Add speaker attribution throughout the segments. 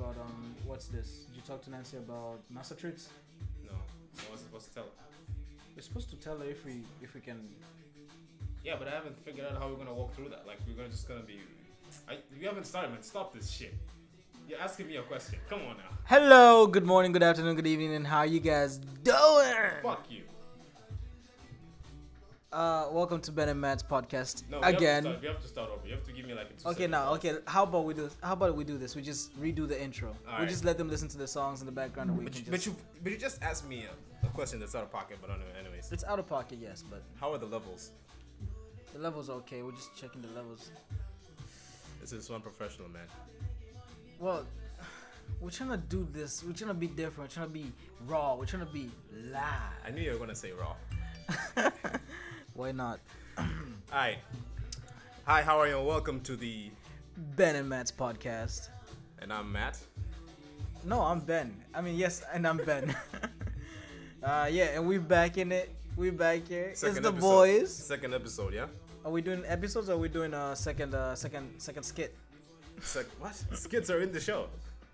Speaker 1: um, what's this? Did you talk to Nancy about master traits?
Speaker 2: No. I was supposed to tell.
Speaker 1: We're supposed to tell her if we if we can.
Speaker 2: Yeah, but I haven't figured out how we're gonna walk through that. Like we're gonna just gonna be. I, you haven't started, man. Stop this shit. You're asking me a question. Come on now.
Speaker 1: Hello, good morning, good afternoon, good evening, and how you guys doing?
Speaker 2: Fuck you.
Speaker 1: Uh, welcome to Ben and Matt's podcast
Speaker 2: No. We Have to
Speaker 1: again.
Speaker 2: start, we have to start over. You have to give me like a two
Speaker 1: Okay,
Speaker 2: second
Speaker 1: now,
Speaker 2: pause.
Speaker 1: okay. How about we do? How about we do this? We just redo the intro. we
Speaker 2: Alright.
Speaker 1: just let them listen to the songs in the background, and we
Speaker 2: But
Speaker 1: can just.
Speaker 2: you, but you but you just asked me a, a question that's out of pocket. But anyway, anyways,
Speaker 1: It's out of pocket, yes, but
Speaker 2: how are the levels?
Speaker 1: the levels are okay. We're just checking the levels.
Speaker 2: This is one professional man.
Speaker 1: Well, we're trying to do this. We're trying to be different. We're trying to be raw. We're trying to be live.
Speaker 2: I knew you were gonna say raw.
Speaker 1: Why not?
Speaker 2: All right. Hi, how are you? And welcome to the.
Speaker 1: Ben and Matt's podcast.
Speaker 2: And I'm Matt.
Speaker 1: No, I'm Ben. I mean, yes, and I'm Ben. uh, yeah, and we're back in it. We're back here. it's the
Speaker 2: episode.
Speaker 1: boys.
Speaker 2: Second episode, yeah.
Speaker 1: Are we doing episodes? Or are we doing a second, uh, second, second skit?
Speaker 2: Sec- what? Skits are in the show.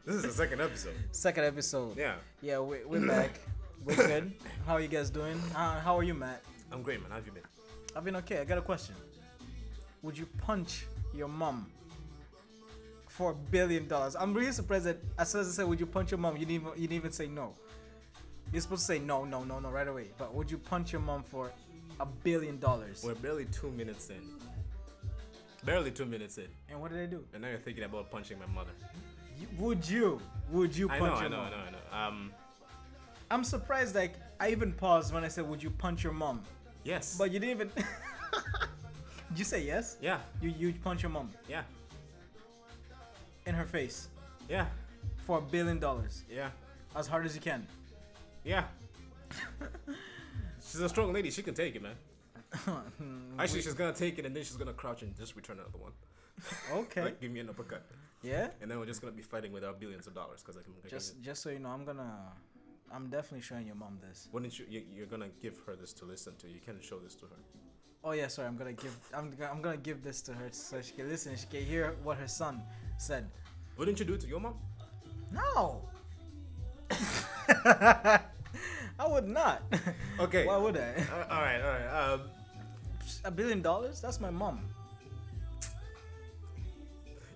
Speaker 2: This is the second episode.
Speaker 1: Second episode.
Speaker 2: Yeah.
Speaker 1: Yeah, we, we're back. We're good. How are you guys doing? Uh, how are you, Matt?
Speaker 2: I'm great, man. How have you been?
Speaker 1: I've been okay. I got a question. Would you punch your mom for a billion dollars? I'm really surprised that as soon as I said, "Would you punch your mom?" you didn't even, you didn't even say no. You're supposed to say no, no, no, no right away. But would you punch your mom for a billion dollars?
Speaker 2: We're barely two minutes in. Barely two minutes in.
Speaker 1: And what did I do?
Speaker 2: And now you're thinking about punching my mother.
Speaker 1: You, would you? Would you
Speaker 2: I
Speaker 1: punch your
Speaker 2: know, I know,
Speaker 1: mom?
Speaker 2: I know, I know. Um,
Speaker 1: I'm surprised. Like I even paused when I said, "Would you punch your mom?"
Speaker 2: yes.
Speaker 1: But you didn't even. Did you say yes?
Speaker 2: yeah,
Speaker 1: You you punch your mom
Speaker 2: yeah,
Speaker 1: in her face
Speaker 2: yeah,
Speaker 1: for a billion dollars
Speaker 2: yeah,
Speaker 1: as hard as you can.
Speaker 2: yeah. she's a strong lady. She can take it, man. Actually, she's gonna take it and then she's gonna crouch and just return another one.
Speaker 1: Okay.
Speaker 2: Like, give me an uppercut.
Speaker 1: yeah.
Speaker 2: And then we're just gonna be fighting with our billions of dollars because I can. I can-
Speaker 1: Just just so you know, I'm gonna, I'm definitely showing your mom this.
Speaker 2: Wouldn't you, you? You're gonna give her this to listen to. You can't show this to her.
Speaker 1: Oh yeah, sorry. I'm gonna give, I'm gonna, I'm gonna give this to her so she can listen. She can hear what her son said.
Speaker 2: Wouldn't you do it to your mom?
Speaker 1: No. I would not.
Speaker 2: Okay.
Speaker 1: Why would I?
Speaker 2: Uh, all right, all right. Um,
Speaker 1: A billion dollars? That's my mom.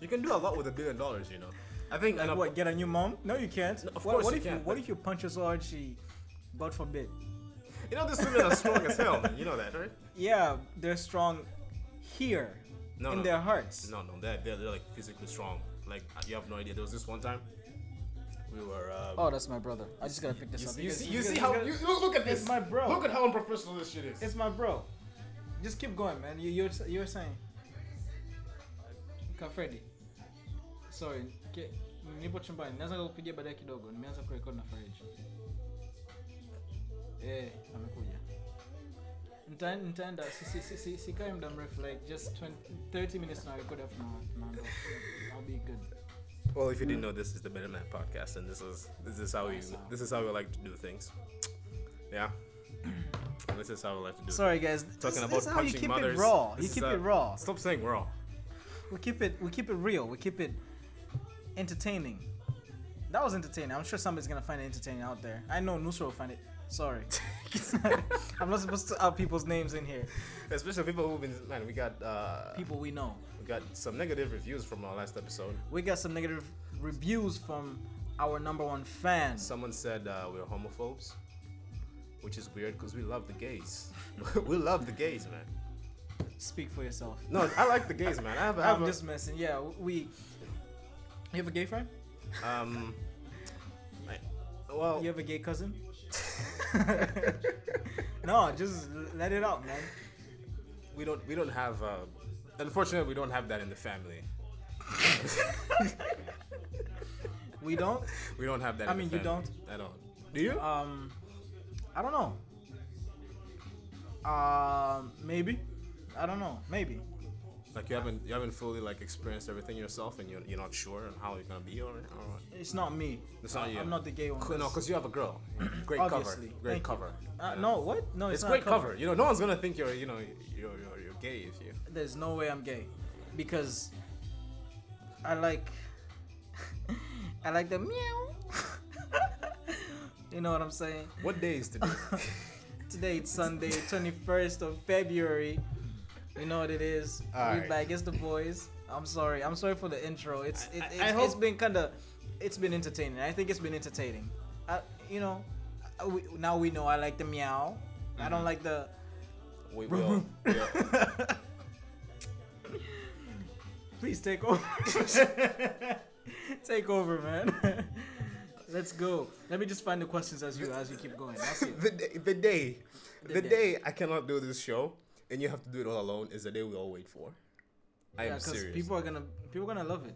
Speaker 2: you can do a lot with a billion dollars, you know. I think.
Speaker 1: Like
Speaker 2: and a-
Speaker 1: what? Get a new mom? No, you can't.
Speaker 2: No, of
Speaker 1: what,
Speaker 2: course
Speaker 1: what
Speaker 2: you
Speaker 1: if
Speaker 2: can't,
Speaker 1: What
Speaker 2: but-
Speaker 1: if you punch her so hard she, God forbid?
Speaker 2: You know, these women are strong as hell. man. You know that, right?
Speaker 1: Yeah, they're strong here
Speaker 2: No,
Speaker 1: in
Speaker 2: no.
Speaker 1: their hearts.
Speaker 2: No, no, they're, they're, they're like physically strong. Like you have no idea. There was this one time we were. Um,
Speaker 1: Oh, that's my brother. I just gotta pick this
Speaker 2: you,
Speaker 1: up.
Speaker 2: see- you
Speaker 1: because-
Speaker 2: see, you
Speaker 1: because-
Speaker 2: see how
Speaker 1: because-
Speaker 2: you look, look at this,
Speaker 1: It's my bro.
Speaker 2: Look at how unprofessional this shit is.
Speaker 1: It's my bro. Just keep going, man. You, you're you're saying. Kafredi. Sorry. Ke, nipo chumbani. Naweza kukupigia baadaye kidogo. Nimeanza kurekodi na Farage. Eh, amekuja. Nita- Nitaenda si si si si sikai muda mrefu like just 20, 30 minutes na record afu na na I'll be good.
Speaker 2: Well, if you didn't know, this is the Better Man podcast, and this is this is how we this is how we like to do things. Yeah, this is how we like to do.
Speaker 1: Sorry guys.
Speaker 2: Talking
Speaker 1: this,
Speaker 2: about
Speaker 1: this is how you
Speaker 2: punching
Speaker 1: keep
Speaker 2: mothers.
Speaker 1: it raw.
Speaker 2: This
Speaker 1: you
Speaker 2: is
Speaker 1: keep
Speaker 2: how-
Speaker 1: it raw.
Speaker 2: Stop saying raw.
Speaker 1: We keep it we keep it real. We keep it entertaining. That was entertaining. I'm sure somebody's gonna find it entertaining out there. I know Nusra will find it. Sorry. I'm not supposed to out people's names in here.
Speaker 2: Especially people who've been man, we got uh,
Speaker 1: People we know.
Speaker 2: we got some negative reviews from our last episode.
Speaker 1: We got some negative reviews from our number one fan.
Speaker 2: Someone said uh, we're homophobes, which is weird because we love the gays. we love the gays, man.
Speaker 1: Speak for yourself.
Speaker 2: No, I like the gays, man. I have, I have
Speaker 1: I'm
Speaker 2: a,
Speaker 1: just messing. Yeah, we. You have a gay friend?
Speaker 2: um, I- well,
Speaker 1: You have a gay cousin? no, just let it out, man.
Speaker 2: we don't we don't have. Uh, unfortunately, we don't have that in the family.
Speaker 1: We don't.
Speaker 2: We don't have that.
Speaker 1: I
Speaker 2: in the
Speaker 1: mean, you
Speaker 2: family. I don't. Do you?
Speaker 1: Um, I don't know. Um, maybe. I don't know. Maybe.
Speaker 2: like you haven't you haven't fully like experienced everything yourself, and you're, you're not sure on how you're gonna be or, or
Speaker 1: It's not me.
Speaker 2: It's not you.
Speaker 1: I'm not the gay one.
Speaker 2: Co- No, because you have a girl. Great
Speaker 1: Obviously.
Speaker 2: cover. Great
Speaker 1: Thank you.
Speaker 2: cover.
Speaker 1: Uh,
Speaker 2: You know?
Speaker 1: no, what? No, it's,
Speaker 2: It's,
Speaker 1: not
Speaker 2: great
Speaker 1: a
Speaker 2: cover. You know, no one's gonna think you're you know you're you're, you're gay if you.
Speaker 1: There's no way I'm gay, because I like. I like the meow You know what I'm saying?
Speaker 2: What day is today?
Speaker 1: Today it's Sunday, 21st of February. You know what it is. we
Speaker 2: Alright.
Speaker 1: back. It's the boys. I'm sorry. I'm sorry for the intro. It's it,
Speaker 2: I- I
Speaker 1: it's, it's
Speaker 2: hope-
Speaker 1: been kind of it's been entertaining. I think it's been entertaining. I, you know, I, we, now we know I like the meow. I don't like the.
Speaker 2: we will. Mm-hmm. Yeah.
Speaker 1: Please take over. take over, man. Let's go. Let me just find the questions as you as you keep going. That's it.
Speaker 2: the, day, the day,
Speaker 1: The
Speaker 2: the,
Speaker 1: day.
Speaker 2: day. I cannot do this show, and you have to do it all alone is the day we all wait for. I
Speaker 1: Yeah,
Speaker 2: am
Speaker 1: because
Speaker 2: serious.
Speaker 1: people are gonna people are gonna love it.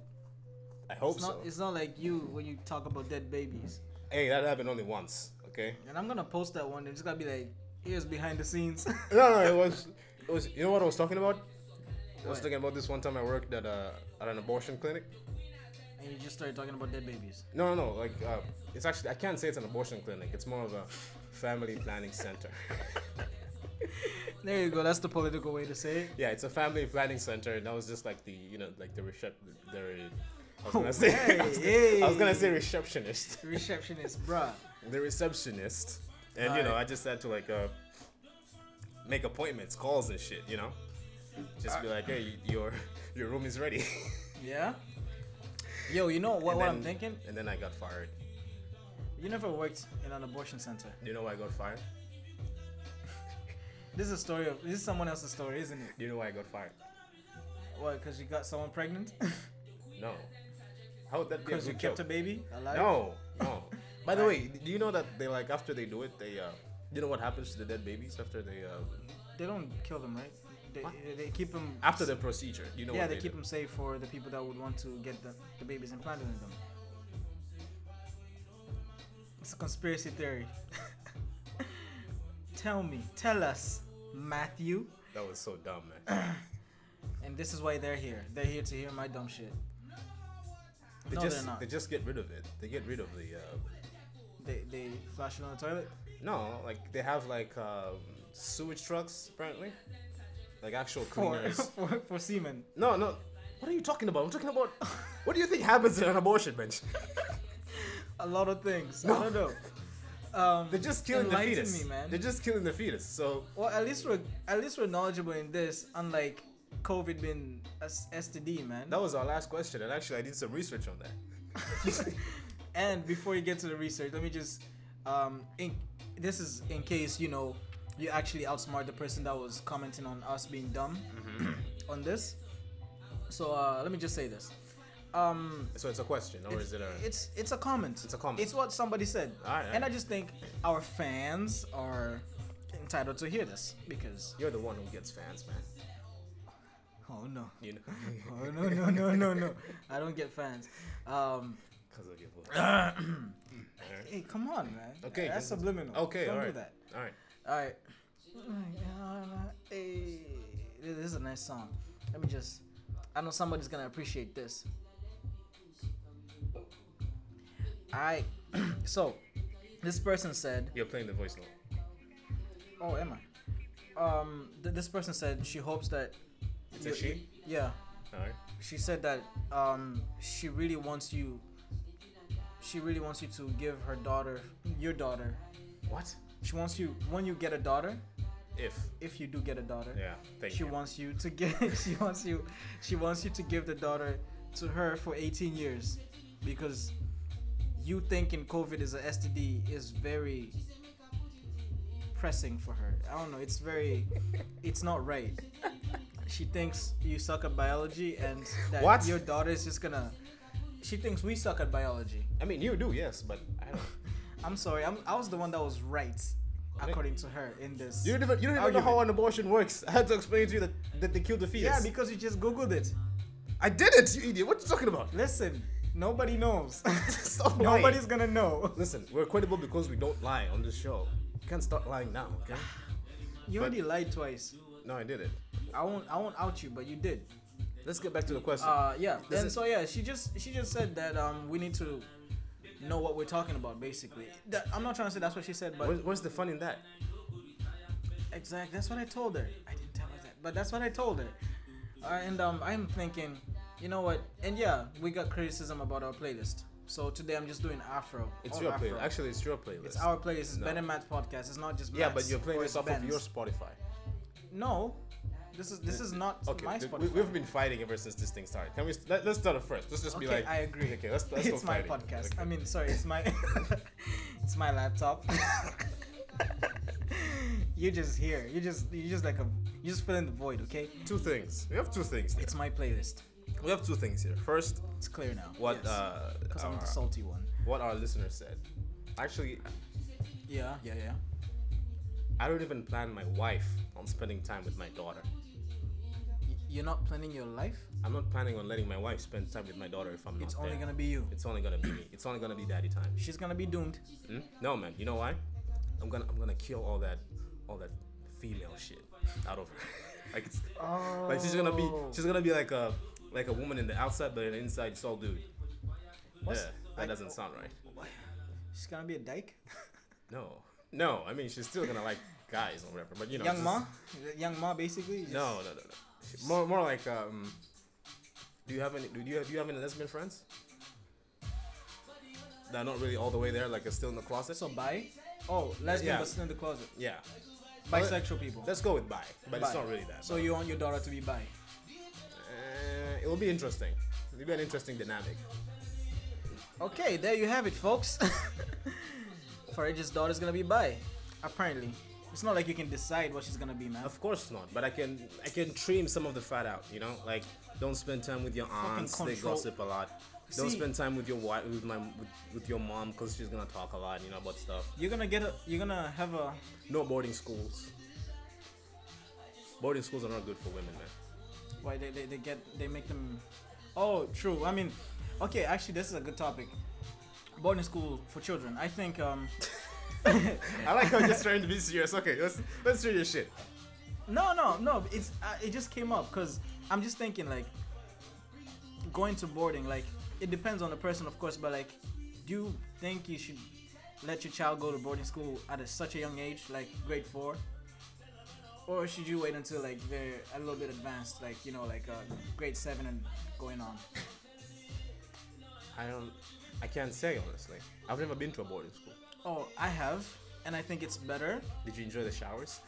Speaker 2: I hope
Speaker 1: It's not
Speaker 2: so.
Speaker 1: it's not like you when you talk about dead babies.
Speaker 2: Hey, that happened only once. Okay.
Speaker 1: And I'm gonna post that one. It's gonna be like, here's behind the scenes.
Speaker 2: No, no, it was, it was. You know what I was talking about? I was
Speaker 1: What?
Speaker 2: talking about this one time I worked at a at an abortion clinic.
Speaker 1: and you just started talking about dead babies.
Speaker 2: No, no, no. Like, uh, it's actually I can't say it's an abortion clinic. It's more of a family planning center.
Speaker 1: There you go. That's the political way to say it.
Speaker 2: yeah, it's a family planning center, and that was just like the you know like the reception. The, I was
Speaker 1: Oh,
Speaker 2: gonna say. I, was gonna, I was gonna say
Speaker 1: hey.
Speaker 2: receptionist.
Speaker 1: Receptionist, bruh.
Speaker 2: the receptionist, and you know, I just had to like uh, make appointments, calls and shit. You know,
Speaker 1: Uh,
Speaker 2: just be like, hey, your your room is ready.
Speaker 1: Yeah. Yo, you know what,
Speaker 2: And
Speaker 1: what
Speaker 2: then-
Speaker 1: I'm thinking?
Speaker 2: And then I got fired.
Speaker 1: You never worked in an abortion center.
Speaker 2: You know why I got fired?
Speaker 1: This is a story of this is someone else's story, isn't it?
Speaker 2: You know why I got fired?
Speaker 1: What? Because you got someone pregnant?
Speaker 2: No. How would that be a
Speaker 1: Because you
Speaker 2: good
Speaker 1: kept a
Speaker 2: joke?
Speaker 1: baby alive?
Speaker 2: No, no. By the
Speaker 1: I-
Speaker 2: way, do you know that they like after they do it, they uh, you know what happens to the dead babies after they uh,
Speaker 1: They don't kill them, right? They,
Speaker 2: What?
Speaker 1: they keep them
Speaker 2: after the procedure? You know
Speaker 1: yeah,
Speaker 2: what
Speaker 1: they,
Speaker 2: they
Speaker 1: keep
Speaker 2: do?
Speaker 1: them safe for the people that would want to get the, the babies implanted in them. It's a conspiracy theory. tell me, tell us, Matthew.
Speaker 2: That was so dumb, man.
Speaker 1: And this is why they're here. They're here to hear my dumb shit.
Speaker 2: They
Speaker 1: no, they're
Speaker 2: just
Speaker 1: not.
Speaker 2: they just get rid of it. They get rid of the uh,
Speaker 1: They, they flash it on the toilet.
Speaker 2: No, like they have like um, sewage trucks apparently, like actual
Speaker 1: For,
Speaker 2: cleaners.
Speaker 1: for, for semen.
Speaker 2: no, no. What are you talking about? I'm talking about. What do you think happens in an abortion bench?
Speaker 1: A lot of things. I
Speaker 2: No.
Speaker 1: don't know. Um,
Speaker 2: They're just killing the
Speaker 1: enlighten
Speaker 2: fetus.
Speaker 1: me, man.
Speaker 2: They're just killing the fetus. So
Speaker 1: Well, at least we're at least we're knowledgeable in this, unlike COVID being a s- STD, man.
Speaker 2: that was our last question, and actually I did some research on that.
Speaker 1: and before you get to the research, let me just um, in, this is in case you know you actually outsmart the person that was commenting on us being dumb
Speaker 2: Mm-hmm.
Speaker 1: on this. So uh, let me just say this. Um,
Speaker 2: So it's a question, or is it a?
Speaker 1: it's it's a comment.
Speaker 2: It's a comment.
Speaker 1: It's what somebody said.
Speaker 2: Alright,
Speaker 1: And I
Speaker 2: alright.
Speaker 1: just think our fans are entitled to hear this because
Speaker 2: You're the one who gets fans, man.
Speaker 1: oh no.
Speaker 2: You know,
Speaker 1: Oh no no no no no! I don't get fans. Um,
Speaker 2: because of your voice.
Speaker 1: hey, come on, man.
Speaker 2: Okay,
Speaker 1: that's
Speaker 2: just-
Speaker 1: subliminal.
Speaker 2: Okay,
Speaker 1: don't
Speaker 2: all
Speaker 1: do
Speaker 2: right,
Speaker 1: that.
Speaker 2: all right.
Speaker 1: All right. Hey, this is a nice song. Let me just. I know somebody's gonna appreciate this. All right. so, this person said.
Speaker 2: You're playing the voice now.
Speaker 1: Oh, am I? Um, th- this person said she hopes that.
Speaker 2: It's a she.
Speaker 1: Yeah.
Speaker 2: All right.
Speaker 1: she said that um, she really wants you she really wants you to give her daughter your daughter
Speaker 2: What?
Speaker 1: she wants you when you get a daughter
Speaker 2: If.
Speaker 1: if you do get a daughter
Speaker 2: Yeah. Thank
Speaker 1: she
Speaker 2: you.
Speaker 1: wants you to get she wants you she wants you to give the daughter to her for 18 years because you thinking covid is a std is very pressing for her i don't know it's very it's not right she thinks you suck at biology and that
Speaker 2: What?
Speaker 1: your daughter is just gonna she thinks we suck at biology
Speaker 2: I mean, you do, yes, but I don't.
Speaker 1: i'm sorry I'm, i was the one that was right according to her in this
Speaker 2: You don't even, you don't even know how an abortion works. I had to explain to you that, that they killed the fetus.
Speaker 1: yeah because you just googled it
Speaker 2: I did it, you idiot. What you talking about?
Speaker 1: Listen, nobody knows.
Speaker 2: Stop lying.
Speaker 1: Nobody's gonna know.
Speaker 2: Listen, we're credible because we don't lie on this show. You can't start lying now, okay?
Speaker 1: You
Speaker 2: But-
Speaker 1: already lied twice.
Speaker 2: No, I did it.
Speaker 1: I won't. I won't out you, but you did.
Speaker 2: Let's get back to the question.
Speaker 1: Uh, yeah.
Speaker 2: This
Speaker 1: And
Speaker 2: is-
Speaker 1: so yeah, she just she just said that um we need to know what we're talking about basically. That, I'm not trying to say that's what she said, but
Speaker 2: What- what's the fun in that?
Speaker 1: exact that's what I told her. I didn't tell her that, but that's what I told her. Uh, and um, I'm thinking, you know what? And yeah, we got criticism about our playlist. So today I'm just doing Afro.
Speaker 2: It's
Speaker 1: all
Speaker 2: your
Speaker 1: Afro.
Speaker 2: playlist. Actually, it's your playlist.
Speaker 1: Oh, It's our playlist. It's
Speaker 2: No.
Speaker 1: Ben and Matt's podcast. It's not just
Speaker 2: yeah,
Speaker 1: Matt's
Speaker 2: but you're playing
Speaker 1: or
Speaker 2: this off of
Speaker 1: Ben's.
Speaker 2: your Spotify.
Speaker 1: No, this is this is not
Speaker 2: Okay,
Speaker 1: my
Speaker 2: th-
Speaker 1: Spotify.
Speaker 2: we, we've been fighting ever since this thing started. Can we? s- Let, let's start it first. Let's just be
Speaker 1: Okay,
Speaker 2: like.
Speaker 1: I agree.
Speaker 2: Okay, let's let's
Speaker 1: it's
Speaker 2: go
Speaker 1: my
Speaker 2: fighting.
Speaker 1: podcast.
Speaker 2: Okay.
Speaker 1: I mean, sorry, it's my it's my laptop. you just here. You just you just like a you just fill in the void. Okay,
Speaker 2: two things. We have two things. Here.
Speaker 1: it's my playlist.
Speaker 2: We have two things here. First,
Speaker 1: It's clear now.
Speaker 2: what
Speaker 1: Yes.
Speaker 2: uh,
Speaker 1: 'Cause I'm
Speaker 2: our-
Speaker 1: the salty one.
Speaker 2: what our listener said. Actually,
Speaker 1: Yeah, yeah, yeah.
Speaker 2: I don't even plan my wife on spending time with my daughter.
Speaker 1: Y- You're not planning your life.
Speaker 2: I'm not planning on letting my wife spend time with my daughter if I'm not
Speaker 1: It's
Speaker 2: there.
Speaker 1: only gonna be you.
Speaker 2: It's only gonna be me. It's only gonna be daddy time.
Speaker 1: She's gonna be doomed.
Speaker 2: Hmm? No, man. You know why? I'm gonna I'm gonna kill all that all that female shit out of her. like it's,
Speaker 1: Oh.
Speaker 2: like she's gonna be she's gonna be like a like a woman in the outside, but in the inside it's all dude.
Speaker 1: What's- oh.
Speaker 2: yeah, that
Speaker 1: I-
Speaker 2: doesn't sound right.
Speaker 1: She's gonna be a dyke.
Speaker 2: No, no. I mean she's still gonna like guys or whatever, but you know.
Speaker 1: young
Speaker 2: just-
Speaker 1: ma, Is it young ma, basically. Just-
Speaker 2: No, no, no, no. More more like um. Do you have any? Do you have, do you have any lesbian friends? That are not really all the way there, like are still in the closet.
Speaker 1: So bi. Oh, lesbian,
Speaker 2: Yeah.
Speaker 1: but still in the closet.
Speaker 2: yeah,
Speaker 1: Bisexual people.
Speaker 2: let's go with bi, but it's
Speaker 1: Bi.
Speaker 2: not really that.
Speaker 1: So you want your daughter to be bi?
Speaker 2: Uh, it'll be interesting. It'll be an interesting dynamic.
Speaker 1: Okay, there you have it, folks. Farage's daughter's gonna be bi, apparently. It's not like you can decide what she's gonna be, man.
Speaker 2: Of course not, but I can I can trim some of the fat out. You know, like don't spend time with your aunts; they
Speaker 1: control-
Speaker 2: gossip a lot. Don't
Speaker 1: See-
Speaker 2: spend time with your wife, with my, with, with your mom, because she's gonna talk a lot. You know about stuff.
Speaker 1: You're gonna get a. You're gonna have a.
Speaker 2: No boarding schools. Boarding schools are not good for women, man.
Speaker 1: Why they, they, they get they make them. Oh, true. I mean, okay. Actually, this is a good topic. Boarding school for children. I think. Um,
Speaker 2: I like how you're just trying to be serious. Okay, let's let's do your shit.
Speaker 1: No, no, no. It's uh, it just came up because I'm just thinking like going to boarding. Like it depends on the person, of course, but like, do you think you should let your child go to boarding school at a, such a young age, like grade four, or should you wait until like they're a little bit advanced, like you know, like uh, grade seven and going on?
Speaker 2: I don't. I can't say honestly. I've never been to a boarding school.
Speaker 1: Oh, I have, and I think it's better.
Speaker 2: Did you enjoy the showers?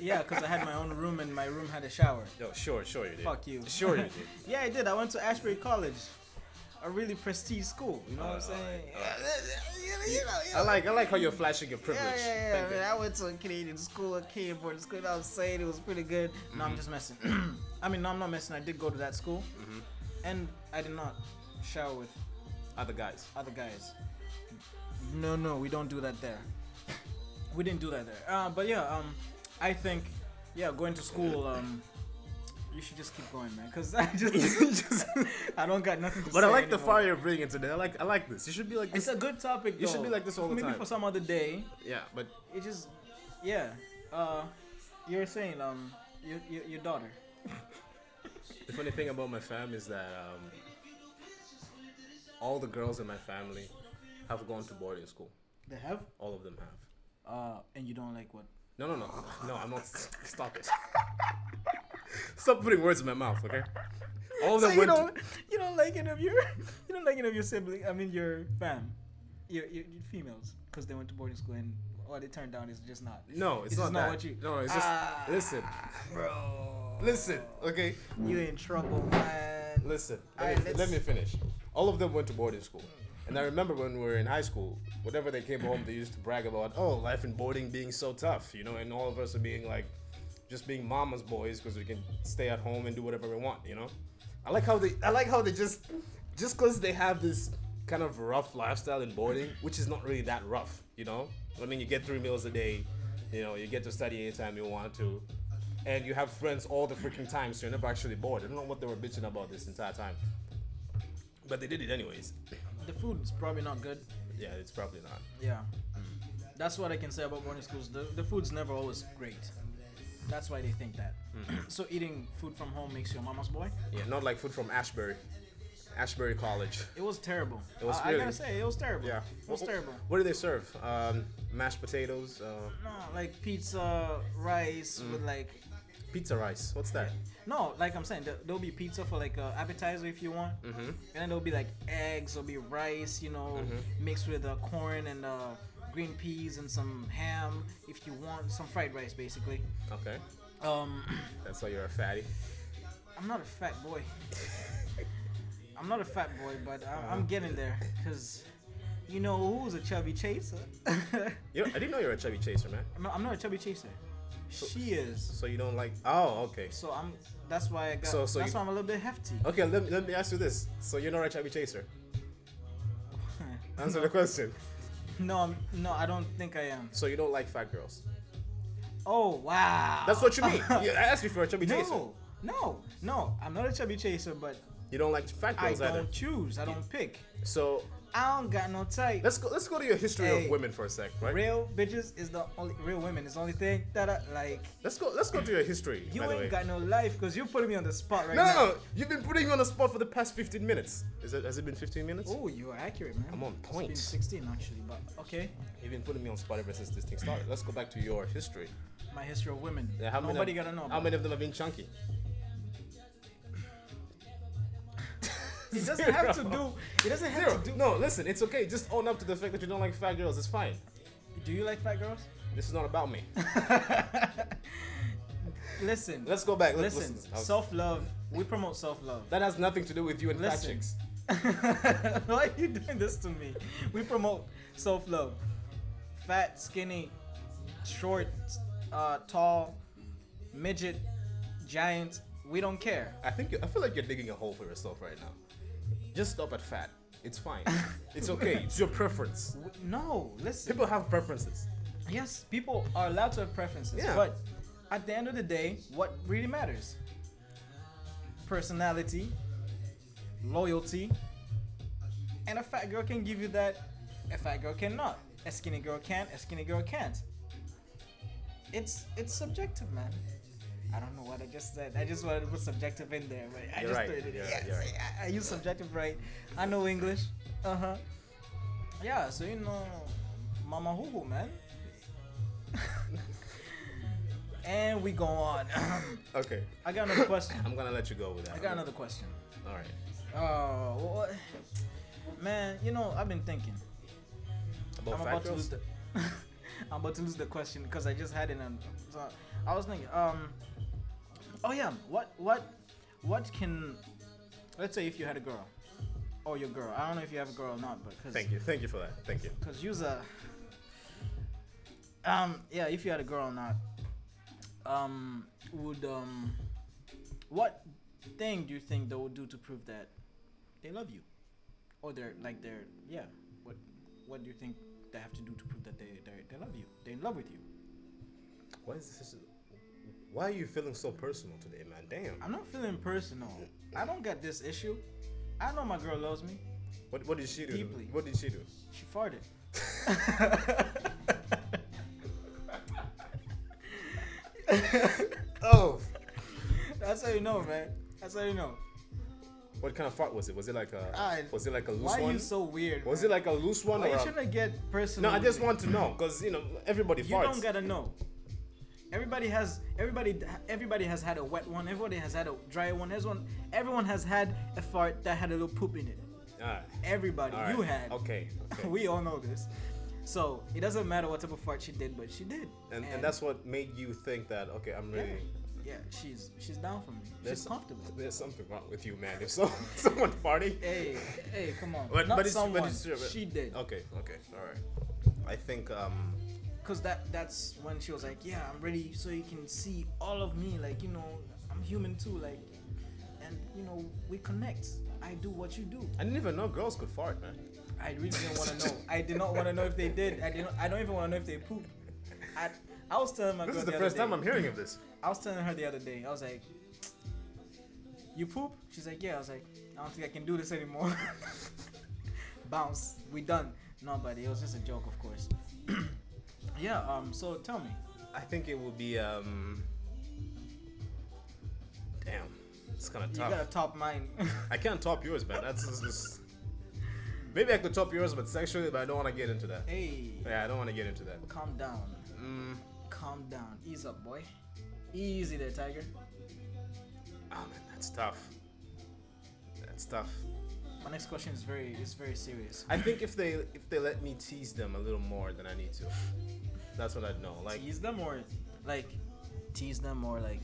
Speaker 1: Yeah, because I had my own room and my room had a shower.
Speaker 2: No, sure, sure you did.
Speaker 1: Fuck you.
Speaker 2: Sure you did.
Speaker 1: Yeah, I did. I went to Ashbury College, a really prestige school. You know
Speaker 2: Uh,
Speaker 1: what I'm saying? You know, you
Speaker 2: I
Speaker 1: know.
Speaker 2: like I like how you're flashing your privilege.
Speaker 1: Yeah, yeah, yeah.
Speaker 2: Thank you.
Speaker 1: man. I went to a Canadian school, a Canadian boarding school. You know what I'm saying? It was pretty good. No,
Speaker 2: Mm-hmm.
Speaker 1: I'm just messing. I mean, no, I'm not messing. I did go to that school,
Speaker 2: Mm-hmm.
Speaker 1: and I did not shower with
Speaker 2: Other guys.
Speaker 1: other guys. No, no, we don't do that there. We didn't do that there. Uh, but yeah, um, I think, yeah, going to school, um, you should just keep going, man. Cause I just, I don't got nothing to say.
Speaker 2: But I like the
Speaker 1: anymore.
Speaker 2: fire you're bringing today. I like I like this. You should be like
Speaker 1: It's
Speaker 2: this.
Speaker 1: a good topic.
Speaker 2: You should
Speaker 1: though.
Speaker 2: be like this all the
Speaker 1: Maybe
Speaker 2: time.
Speaker 1: for some other day.
Speaker 2: yeah, but
Speaker 1: It just, yeah. Uh, you were saying, um, your your, your daughter.
Speaker 2: the funny thing about my fam is that um, all the girls in my family have gone to boarding school.
Speaker 1: They have.
Speaker 2: All of them have.
Speaker 1: Uh, and you don't like what?
Speaker 2: No, no, no, no. I'm not. Stop it. Stop putting words in my mouth, okay? All of
Speaker 1: So
Speaker 2: them
Speaker 1: you
Speaker 2: went.
Speaker 1: don't
Speaker 2: To,
Speaker 1: you don't like any of your you don't like any of your sibling. I mean your fam, your your, your females, because they went to boarding school and what they turned down is just not.
Speaker 2: no, it's,
Speaker 1: It's
Speaker 2: not,
Speaker 1: just not
Speaker 2: that.
Speaker 1: what you-
Speaker 2: No, it's just
Speaker 1: Ah.
Speaker 2: listen,
Speaker 1: Bro,
Speaker 2: listen, okay?
Speaker 1: you in trouble, man.
Speaker 2: Listen, let,
Speaker 1: Alright,
Speaker 2: me,
Speaker 1: let's-
Speaker 2: let me finish. All of them went to boarding school. And I remember when we were in high school, whenever they came home, they used to brag about, oh, life in boarding being so tough, you know, and all of us are being like, just being mama's boys because we can stay at home and do whatever we want, you know. I like how they, I like how they just, just because they have this kind of rough lifestyle in boarding, which is not really that rough, you know. I mean, you get three meals a day, you know, you get to study anytime you want to, and you have friends all the freaking time, so you're never actually bored. I don't know what they were bitching about this entire time, but they did it anyways.
Speaker 1: The food's probably not good.
Speaker 2: Yeah, it's probably not.
Speaker 1: Yeah, that's what I can say about boarding schools. The the food's never always great. That's why they think that.
Speaker 2: Mm-hmm.
Speaker 1: so eating food from home makes you a mama's boy.
Speaker 2: Yeah, not like food from Ashbury, Ashbury College.
Speaker 1: It was terrible.
Speaker 2: It was
Speaker 1: I, I
Speaker 2: really-
Speaker 1: gotta say, it was terrible.
Speaker 2: Yeah,
Speaker 1: it was
Speaker 2: Wh- wh-
Speaker 1: terrible.
Speaker 2: What do they serve? Um, mashed potatoes. Uh, Mm.
Speaker 1: No, like pizza, rice with like
Speaker 2: Pizza rice. What's that?
Speaker 1: No, like I'm saying, there- there'll be pizza for like a appetizer if you want, mm-hmm. and then there'll be like eggs, there'll be rice, you know,
Speaker 2: Mm-hmm.
Speaker 1: mixed with uh, corn and uh, green peas and some ham if you want some fried rice, basically.
Speaker 2: Okay.
Speaker 1: Um,
Speaker 2: That's why you're a fatty.
Speaker 1: I'm not a fat boy. I'm not a fat boy, but I'm,
Speaker 2: Uh-huh.
Speaker 1: I'm getting there because you know who's a chubby chaser? I'm
Speaker 2: You I didn't know you were a chubby chaser, man.
Speaker 1: not- I'm not a chubby chaser. She is.
Speaker 2: So you don't like. Oh, okay.
Speaker 1: So I'm. That's why I got.
Speaker 2: So- so
Speaker 1: that's
Speaker 2: you-
Speaker 1: why I'm a little bit hefty.
Speaker 2: Okay, let me, let me ask you this. So you're not a chubby chaser. Oh. Answer the question.
Speaker 1: no, I'm, no, I don't think I am.
Speaker 2: So you don't like fat girls.
Speaker 1: Oh wow.
Speaker 2: That's what you mean. You- I asked you for a chubby chaser.
Speaker 1: no, no, no. I'm not a chubby chaser, but
Speaker 2: You don't like fat
Speaker 1: I
Speaker 2: girls
Speaker 1: don't
Speaker 2: either.
Speaker 1: choose. I don't pick.
Speaker 2: So
Speaker 1: I don't got no type.
Speaker 2: let's go. Let's go to your history
Speaker 1: Hey.
Speaker 2: of women for a sec, right?
Speaker 1: Real bitches is the only real women is the only thing that I like.
Speaker 2: Let's go. Let's go to your history.
Speaker 1: You
Speaker 2: by the
Speaker 1: ain't
Speaker 2: way.
Speaker 1: got no life because you're putting me on the spot right
Speaker 2: no,
Speaker 1: now.
Speaker 2: no, no. You've been putting me on the spot for the past 15 minutes. Is it? Has it been 15 minutes?
Speaker 1: Oh, you are accurate, man.
Speaker 2: I'm on point.
Speaker 1: It's been 16 actually, but okay.
Speaker 2: You've been putting me on spot ever since this thing started. Let's go back to your history.
Speaker 1: My history of women.
Speaker 2: Yeah, how many
Speaker 1: Nobody
Speaker 2: of,
Speaker 1: gotta know.
Speaker 2: How
Speaker 1: About.
Speaker 2: many of them have been chunky?
Speaker 1: It doesn't have to do.
Speaker 2: Zero.
Speaker 1: It doesn't have
Speaker 2: Zero.
Speaker 1: to do.
Speaker 2: No, listen. It's okay. Just own up to the fact that you don't like fat girls. It's fine.
Speaker 1: Do you like fat girls?
Speaker 2: This is not about me.
Speaker 1: Listen.
Speaker 2: Let's go back. Let's
Speaker 1: listen.
Speaker 2: I was-
Speaker 1: Self love. We promote self love.
Speaker 2: That has nothing to do with you and fat
Speaker 1: Listen.
Speaker 2: chicks.
Speaker 1: Why are you doing this to me? We promote self love. Fat, skinny, short, uh, tall, midget, giant. We don't care.
Speaker 2: I think you, I feel like you're digging a hole for yourself right now. Just stop at fat. It's fine. it's okay. It's your preference.
Speaker 1: W- No, listen.
Speaker 2: People have preferences.
Speaker 1: Yes, people are allowed to have preferences,
Speaker 2: Yeah.
Speaker 1: but at the end of the day, what really matters? Personality, loyalty, and a fat girl can give you that. A fat girl cannot. A skinny girl can. A skinny girl can't. It's it's subjective, man. I don't know what I just said. I just wanted to put subjective in there, but I
Speaker 2: You're
Speaker 1: just
Speaker 2: right.
Speaker 1: threw it. in.
Speaker 2: You're right.
Speaker 1: Yes,
Speaker 2: You're right.
Speaker 1: I, I use subjective right. I know English. Uh huh. Yeah, so you know, Mama Hoo Hoo, man. and we go on.
Speaker 2: Okay.
Speaker 1: I got another question.
Speaker 2: I'm gonna let you go with that.
Speaker 1: I got another question.
Speaker 2: All right.
Speaker 1: Oh, what? man, you know, I've been thinking.
Speaker 2: About
Speaker 1: I'm
Speaker 2: fat
Speaker 1: about to
Speaker 2: girls.
Speaker 1: lose the. I'm about to lose the question because I just had it, and so I was thinking. Um, oh yeah, what what what can? Let's say if you had a girl, or your girl. I don't know if you have a girl or not, but because
Speaker 2: Thank you. Thank you for that. Thank you.
Speaker 1: because you's a. Um yeah, if you had a girl or not, um would um, what thing do you think they would do to prove that they love you, or they're like they're yeah what what do you think they have to do to prove that they they they love you they're in love with you?
Speaker 2: Why is this? Why are you feeling so personal today, man? Damn.
Speaker 1: I'm not feeling personal. I don't got this issue. I know my girl loves me.
Speaker 2: What What did she do?
Speaker 1: Deeply.
Speaker 2: What did she do?
Speaker 1: She farted.
Speaker 2: Oh.
Speaker 1: That's how you know, man. That's how you know.
Speaker 2: What kind of fart was it? Was it like a
Speaker 1: I-
Speaker 2: Was it like a loose
Speaker 1: Ah, Why are
Speaker 2: one?
Speaker 1: you so weird?
Speaker 2: was
Speaker 1: man?
Speaker 2: it like a loose one
Speaker 1: Why
Speaker 2: or
Speaker 1: you
Speaker 2: a-
Speaker 1: shouldn't get personal?
Speaker 2: No, I
Speaker 1: with
Speaker 2: just
Speaker 1: me?
Speaker 2: want to know because you know everybody
Speaker 1: You
Speaker 2: farts.
Speaker 1: don't gotta know. Everybody has everybody everybody has had a wet one. Everybody has had a dry one. Everyone everyone has had a fart that had a little poop in it.
Speaker 2: Alright,
Speaker 1: Everybody,
Speaker 2: alright.
Speaker 1: you had.
Speaker 2: Okay. okay.
Speaker 1: we all know this. So it doesn't matter what type of fart she did, but she did.
Speaker 2: and, and that's what made you think that okay, I'm
Speaker 1: yeah,
Speaker 2: really.
Speaker 1: yeah. She's she's down for me.
Speaker 2: There's-
Speaker 1: she's comfortable.
Speaker 2: There's something wrong with you, man. If so, someone farting.
Speaker 1: Hey hey, come on.
Speaker 2: But-
Speaker 1: Not
Speaker 2: but it's- but
Speaker 1: someone.
Speaker 2: it's true, but-
Speaker 1: she did.
Speaker 2: Okay. Okay. All right. I think um.
Speaker 1: Cause that that's when she was like, yeah, I'm ready, so you can see all of me. Like you know, I'm human too. Like, and you know, we connect. I do what you do.
Speaker 2: I didn't even know girls could fart, man.
Speaker 1: I really didn't want to know. I did not want to know if they did. I did not. I don't even want to know if they pooped. I I was telling my
Speaker 2: This
Speaker 1: girl
Speaker 2: is the
Speaker 1: other
Speaker 2: first time
Speaker 1: day-
Speaker 2: I'm hearing of this.
Speaker 1: I was telling her the other day. I was like, you poop? She's like, yeah. I was like, I don't think I can do this anymore. Bounce. We done. No, buddy. It was just a joke, of course. yeah. Um. So tell me.
Speaker 2: I think it would be um. Damn, it's kind of
Speaker 1: You
Speaker 2: tough.
Speaker 1: got a top mind.
Speaker 2: I can't top yours, man. That's just, just- Maybe I could top yours, but sexually, but I don't want to get into that.
Speaker 1: hey,
Speaker 2: Yeah, I don't want to get into that.
Speaker 1: calm down.
Speaker 2: Mm,
Speaker 1: Calm down. Ease up, boy. Easy there, Tiger.
Speaker 2: Oh man, that's tough. That's tough.
Speaker 1: My next question is very is very serious.
Speaker 2: I think if they if they let me tease them a little more than I need to, that's what I'd know. Like
Speaker 1: tease them or like tease them or like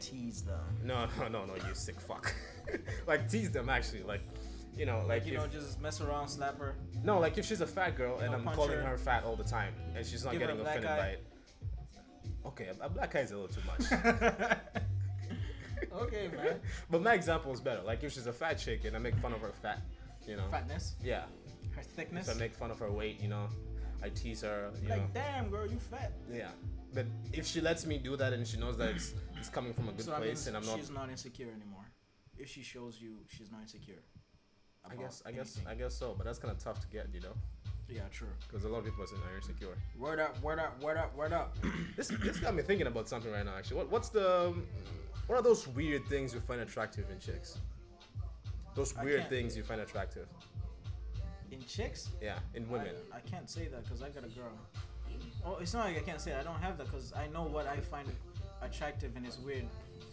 Speaker 1: tease them.
Speaker 2: no no no no you sick fuck. like tease them actually like. You know, like,
Speaker 1: Like you
Speaker 2: if,
Speaker 1: know, just mess around, slap her.
Speaker 2: no, like if she's a fat girl and
Speaker 1: No,
Speaker 2: I'm
Speaker 1: punch
Speaker 2: calling
Speaker 1: her.
Speaker 2: her fat all the time and she's not
Speaker 1: Give her a
Speaker 2: getting
Speaker 1: black
Speaker 2: offended
Speaker 1: eye.
Speaker 2: by it. Okay, a, a black eye is a little too much.
Speaker 1: Okay, man.
Speaker 2: But my example is better. Like if she's a fat chick and I make fun of her fat, you know.
Speaker 1: Fatness,
Speaker 2: Yeah.
Speaker 1: her thickness.
Speaker 2: If I make fun of her weight, you know, I tease her. You
Speaker 1: like,
Speaker 2: know.
Speaker 1: damn, girl, you fat.
Speaker 2: Yeah. But if she lets me do that and she knows that it's, it's coming from a good
Speaker 1: so that
Speaker 2: place
Speaker 1: means
Speaker 2: and I'm not,
Speaker 1: she's not insecure anymore. If she shows you she's not insecure.
Speaker 2: I guess, I
Speaker 1: about
Speaker 2: guess,
Speaker 1: anything.
Speaker 2: I guess so. But that's kind of tough to get, you know,
Speaker 1: Yeah, true.
Speaker 2: because a lot of people are saying are insecure.
Speaker 1: Word up, word up, word up, word up.
Speaker 2: This this got me thinking about something right now. Actually, what what's the um, what are those weird things you find attractive in chicks? Those
Speaker 1: I
Speaker 2: weird
Speaker 1: can't-
Speaker 2: things you find attractive,
Speaker 1: In chicks,
Speaker 2: yeah, in women.
Speaker 1: I, I can't say that because I got a girl. Oh, it's not like I can't say it. I don't have that because I know what I find attractive and it's weird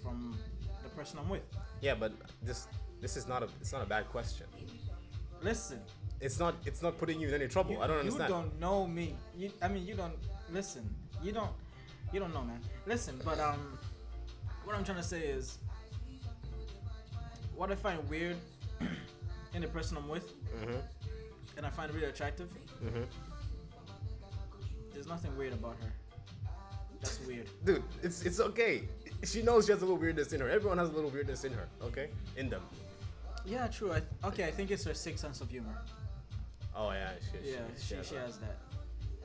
Speaker 1: from the person I'm with.
Speaker 2: Yeah, but this this is not a it's not a bad question.
Speaker 1: Listen,
Speaker 2: It's not it's not putting you in any trouble.
Speaker 1: you,
Speaker 2: Oh, I don't
Speaker 1: you
Speaker 2: understand.
Speaker 1: don't know me. You, I mean, you don't listen. You don't, you don't know, man. Listen, but um, what I'm trying to say is, what I find weird in the person I'm with,
Speaker 2: Mm-hmm.
Speaker 1: and I find really attractive.
Speaker 2: Mm-hmm.
Speaker 1: There's nothing weird about her. That's weird.
Speaker 2: Dude, it's it's okay. She knows she has a little weirdness in her. Everyone has a little weirdness in her. Okay, in them.
Speaker 1: Yeah, true. I th- okay, I think it's her sixth sense of humor.
Speaker 2: Oh yeah, she,
Speaker 1: Yeah,
Speaker 2: she,
Speaker 1: she,
Speaker 2: has
Speaker 1: she
Speaker 2: that.
Speaker 1: has that.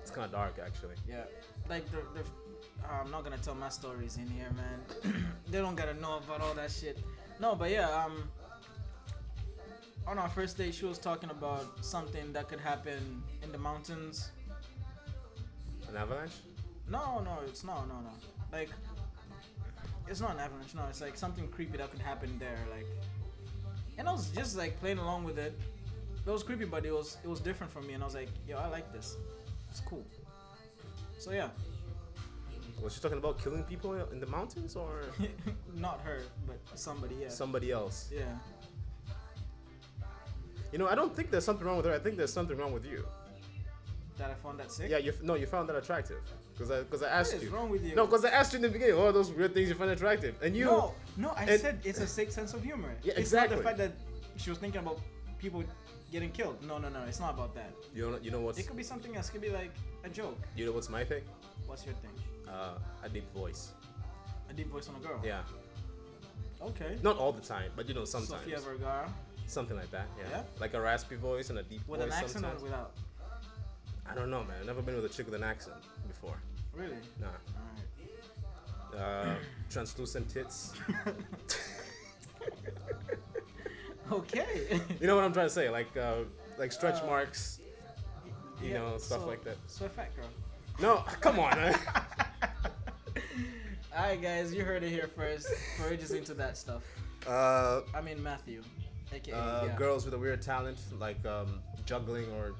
Speaker 2: It's kind of dark actually.
Speaker 1: Yeah, like the, the I'm not gonna tell my stories in here, man. they don't gotta know about all that shit. No, but yeah, um, on our first date, she was talking about something that could happen in the mountains.
Speaker 2: An avalanche?
Speaker 1: No, no, it's no, no, no. Like, it's not an avalanche. No, it's like something creepy that could happen there. Like, and I was just like playing along with it. It was creepy, but it was it was different for me, and I was like, yo, I like this. It's cool. So yeah,
Speaker 2: Was she talking about killing people in the mountains or
Speaker 1: not her, but somebody. Yeah.
Speaker 2: somebody else?
Speaker 1: yeah.
Speaker 2: You know, I don't think there's something wrong with her. I think there's something wrong with you.
Speaker 1: That I found that sick.
Speaker 2: Yeah, you no, you found that attractive because I because I asked
Speaker 1: What is
Speaker 2: you.
Speaker 1: wrong with you?
Speaker 2: No, because I asked you in the beginning. What are those weird things you find attractive? And you.
Speaker 1: No, no, I
Speaker 2: It-
Speaker 1: said it's a sick sense of humor.
Speaker 2: Yeah,
Speaker 1: It's not
Speaker 2: exactly.
Speaker 1: the fact that she was thinking about people getting killed. No, no, no, it's not about that.
Speaker 2: You know, you know what's
Speaker 1: It could be something else. It could be like a joke.
Speaker 2: you know what's my thing?
Speaker 1: What's your thing?
Speaker 2: Uh, a deep voice.
Speaker 1: A deep voice on a girl.
Speaker 2: Yeah,
Speaker 1: Okay.
Speaker 2: not all the time, but you know sometimes
Speaker 1: Sofia Vergara
Speaker 2: something like that. Yeah.
Speaker 1: Yeah?
Speaker 2: like a raspy voice and a deep
Speaker 1: with
Speaker 2: voice
Speaker 1: an accent
Speaker 2: sometimes.
Speaker 1: or without.
Speaker 2: I don't know, man. I've never been with a chick with an accent before.
Speaker 1: Really.
Speaker 2: Nah.
Speaker 1: All right.
Speaker 2: Uh, translucent tits.
Speaker 1: Okay.
Speaker 2: You know what I'm trying to say? Like uh, like stretch
Speaker 1: Uh,
Speaker 2: marks. You know, stuff like that.
Speaker 1: So a fat girl.
Speaker 2: No, come on. man.
Speaker 1: All right, guys, you heard it here first. Courageous into that stuff.
Speaker 2: uh,
Speaker 1: I mean Matthew, aka
Speaker 2: uh,
Speaker 1: yeah.
Speaker 2: girls with a weird talent like um, juggling or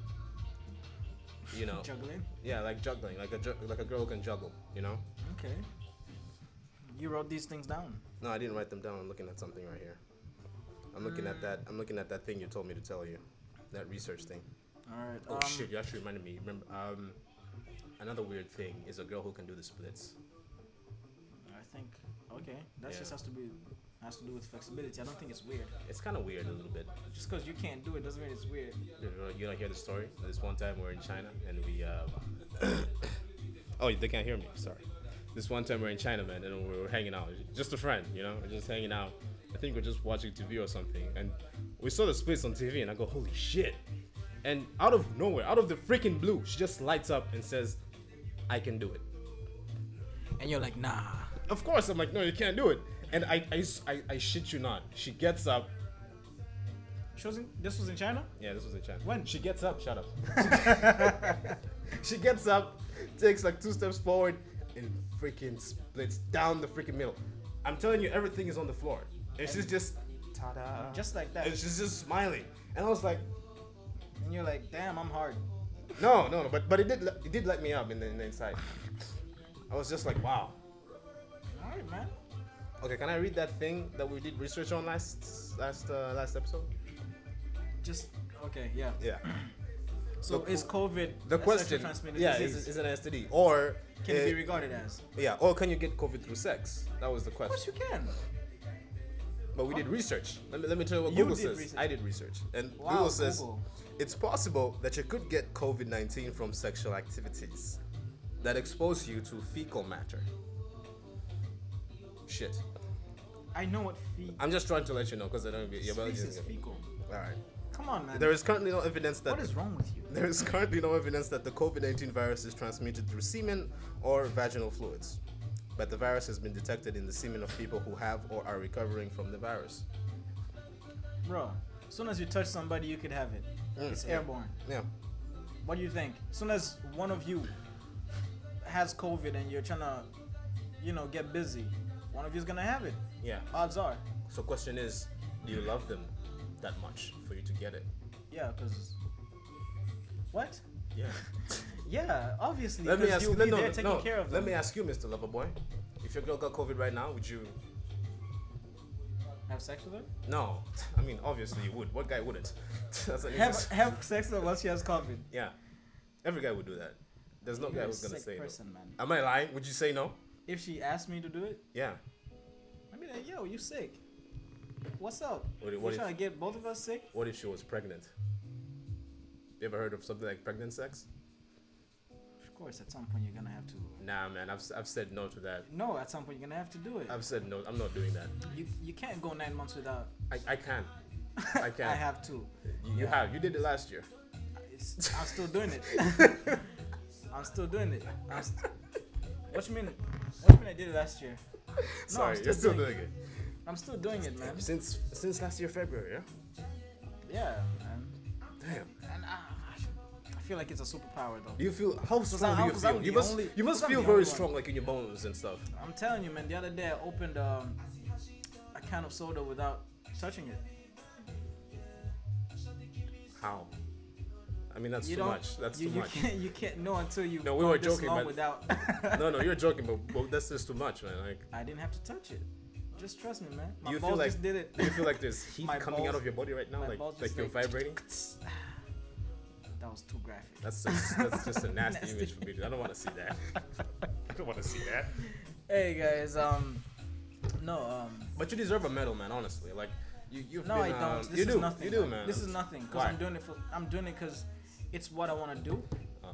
Speaker 2: you know
Speaker 1: juggling.
Speaker 2: yeah like juggling like a ju- like a girl who can juggle you know
Speaker 1: Okay. You wrote these things down.
Speaker 2: no i didn't write them down i'm looking at something right here i'm looking at that i'm looking at that thing you told me to tell you that research thing
Speaker 1: All right.
Speaker 2: oh
Speaker 1: um,
Speaker 2: shit you actually reminded me remember um another weird thing is a girl who can do the splits
Speaker 1: I think okay. That
Speaker 2: Yeah.
Speaker 1: just has to be has to do with flexibility. I don't think it's weird.
Speaker 2: it's kind of weird a little bit
Speaker 1: Just because you can't do it doesn't mean it's weird.
Speaker 2: You know, you don't hear the story. This one time we're in China and we. Uh, oh, they can't hear me. Sorry. This one time we're in China, man, and we were hanging out. Just a friend, you know. We're just hanging out. I think we're just watching TV or something, and we saw the splits on TV, and I go, "Holy shit!" And out of nowhere, out of the freaking blue, she just lights up and says, "I can do it."
Speaker 1: And you're like, nah.
Speaker 2: Of course, I'm like, "No, you can't do it." And I, I, s- I- I shit you not. She gets up.
Speaker 1: She was in, this was in China.
Speaker 2: Yeah, this was in China.
Speaker 1: When?
Speaker 2: she gets up, shut up. She gets up, takes like two steps forward, and freaking splits down the freaking middle. I'm telling you, everything is on the floor. And she's just ta-da.
Speaker 1: Just like that.
Speaker 2: and she's just smiling. And I was like,
Speaker 1: And you're like, damn, I'm hard.
Speaker 2: no, no, no. But but it did li- it did light me up in the, in the inside. I was just like, wow.
Speaker 1: All right, man.
Speaker 2: Okay, can I read that thing that we did research on last last uh, last episode?
Speaker 1: Just okay, yeah.
Speaker 2: Yeah.
Speaker 1: So
Speaker 2: The-
Speaker 1: is COVID a
Speaker 2: The
Speaker 1: sexually
Speaker 2: question,
Speaker 1: transmitted
Speaker 2: yeah,
Speaker 1: disease?
Speaker 2: is, is it an STD or
Speaker 1: can it be
Speaker 2: uh,
Speaker 1: regarded as?
Speaker 2: yeah, or can you get COVID through sex? That was the
Speaker 1: Of course
Speaker 2: question.
Speaker 1: you can.
Speaker 2: But we did research. Let me, let me tell you what
Speaker 1: Oh. You
Speaker 2: Google
Speaker 1: did
Speaker 2: says.
Speaker 1: research.
Speaker 2: I did research, and
Speaker 1: Wow,
Speaker 2: Google says
Speaker 1: Google.
Speaker 2: it's possible that you could get COVID nineteen from sexual activities that expose you to fecal matter. Shit,
Speaker 1: I know what fe-
Speaker 2: I'm just trying to let you know because I don't. Yeah, but
Speaker 1: feces is fecal.
Speaker 2: all right.
Speaker 1: Come on, man.
Speaker 2: There is currently no evidence that
Speaker 1: what is wrong with you?
Speaker 2: There is currently no evidence that the COVID 19 virus is transmitted through semen or vaginal fluids, but the virus has been detected in the semen of people who have or are recovering from the virus.
Speaker 1: Bro, as soon as you touch somebody, you could have it.
Speaker 2: Mm.
Speaker 1: It's
Speaker 2: Yeah.
Speaker 1: airborne.
Speaker 2: Yeah.
Speaker 1: What do you think? As soon as one of you has COVID and you're trying to, you know, get busy, one of you's gonna have it.
Speaker 2: Yeah.
Speaker 1: Odds are,
Speaker 2: So, question is do you love them that much for you to get it?
Speaker 1: yeah, because what?
Speaker 2: Yeah.
Speaker 1: Yeah, obviously.
Speaker 2: Let me
Speaker 1: 'cause
Speaker 2: ask
Speaker 1: you'll
Speaker 2: let,
Speaker 1: be
Speaker 2: no,
Speaker 1: there
Speaker 2: no,
Speaker 1: taking
Speaker 2: no.
Speaker 1: care of them.
Speaker 2: Let me ask you, Mr. Loverboy. If your girl got COVID right now, would you.
Speaker 1: have sex with her.
Speaker 2: No. I mean, obviously you would. What guy wouldn't? That's an
Speaker 1: Have,
Speaker 2: easy-
Speaker 1: have sex with her once she has COVID.
Speaker 2: Yeah. Every guy would do that. There's no
Speaker 1: You're
Speaker 2: guy
Speaker 1: a
Speaker 2: who's going to
Speaker 1: sick
Speaker 2: say
Speaker 1: person, man.
Speaker 2: no. Am I lying? Would you say no?
Speaker 1: If she asked me to do it,
Speaker 2: Yeah.
Speaker 1: I mean, like, yo, you sick. What's up?
Speaker 2: What-
Speaker 1: you
Speaker 2: what if-
Speaker 1: trying to get both of us sick?
Speaker 2: What if she was pregnant? You ever heard of something like pregnant sex?
Speaker 1: Of course, at some point you're gonna have to.
Speaker 2: Nah, man, I've, s- I've said no to that.
Speaker 1: No, at some point you're gonna have to do it.
Speaker 2: I've said no. I'm not doing that.
Speaker 1: You, you can't go nine months without.
Speaker 2: I, I can't. I can't.
Speaker 1: I have to.
Speaker 2: You, you have. You did it last year.
Speaker 1: It's, I'm still doing it. I'm still doing it. I'm st- what you mean? What you mean I did it last year?
Speaker 2: Sorry,
Speaker 1: still
Speaker 2: you're still
Speaker 1: doing
Speaker 2: doing it.
Speaker 1: I'm still doing it, man.
Speaker 2: Since since last year February, yeah.
Speaker 1: Yeah, man.
Speaker 2: Damn.
Speaker 1: And uh, I feel like it's a superpower though.
Speaker 2: Do you feel how strong do
Speaker 1: I'm-
Speaker 2: you
Speaker 1: 'cause I'm
Speaker 2: feel? You
Speaker 1: the
Speaker 2: must
Speaker 1: only-
Speaker 2: you must
Speaker 1: 'cause I'm
Speaker 2: feel
Speaker 1: the
Speaker 2: very
Speaker 1: only one.
Speaker 2: strong, like in your bones and stuff.
Speaker 1: I'm telling you, man. The other day I opened um, a can of soda without touching it.
Speaker 2: How? I mean, that's
Speaker 1: you
Speaker 2: too
Speaker 1: don't-
Speaker 2: much. That's
Speaker 1: you,
Speaker 2: too
Speaker 1: you
Speaker 2: much.
Speaker 1: Can't, you can't know until you.
Speaker 2: No, we were
Speaker 1: this
Speaker 2: joking,
Speaker 1: long
Speaker 2: but-
Speaker 1: without.
Speaker 2: no, no, you're joking, but, but that's just too much, man. Like,
Speaker 1: I didn't have to touch it. Just trust me, man. My
Speaker 2: do you
Speaker 1: balls
Speaker 2: feel like
Speaker 1: just did it.
Speaker 2: do you feel like there's heat
Speaker 1: My
Speaker 2: coming out
Speaker 1: balls-
Speaker 2: of your body right now?
Speaker 1: my
Speaker 2: Like,
Speaker 1: balls
Speaker 2: like
Speaker 1: just
Speaker 2: you're
Speaker 1: like-
Speaker 2: vibrating.
Speaker 1: that was too graphic.
Speaker 2: That's just, that's just a nasty,
Speaker 1: Nasty.
Speaker 2: image for me. dude. I don't want to see that.
Speaker 3: I don't want to see that.
Speaker 1: Hey guys, um, no, um,
Speaker 2: But you deserve a medal, man. Honestly, like you, you've
Speaker 1: no, I
Speaker 2: been,
Speaker 1: don't.
Speaker 2: um,
Speaker 1: this
Speaker 2: you
Speaker 1: is
Speaker 2: do.
Speaker 1: nothing.
Speaker 2: You do, man.
Speaker 1: This is nothing. Cause
Speaker 2: Why?
Speaker 1: I'm doing it for. I'm doing it cause it's what I want to do,
Speaker 2: Uh,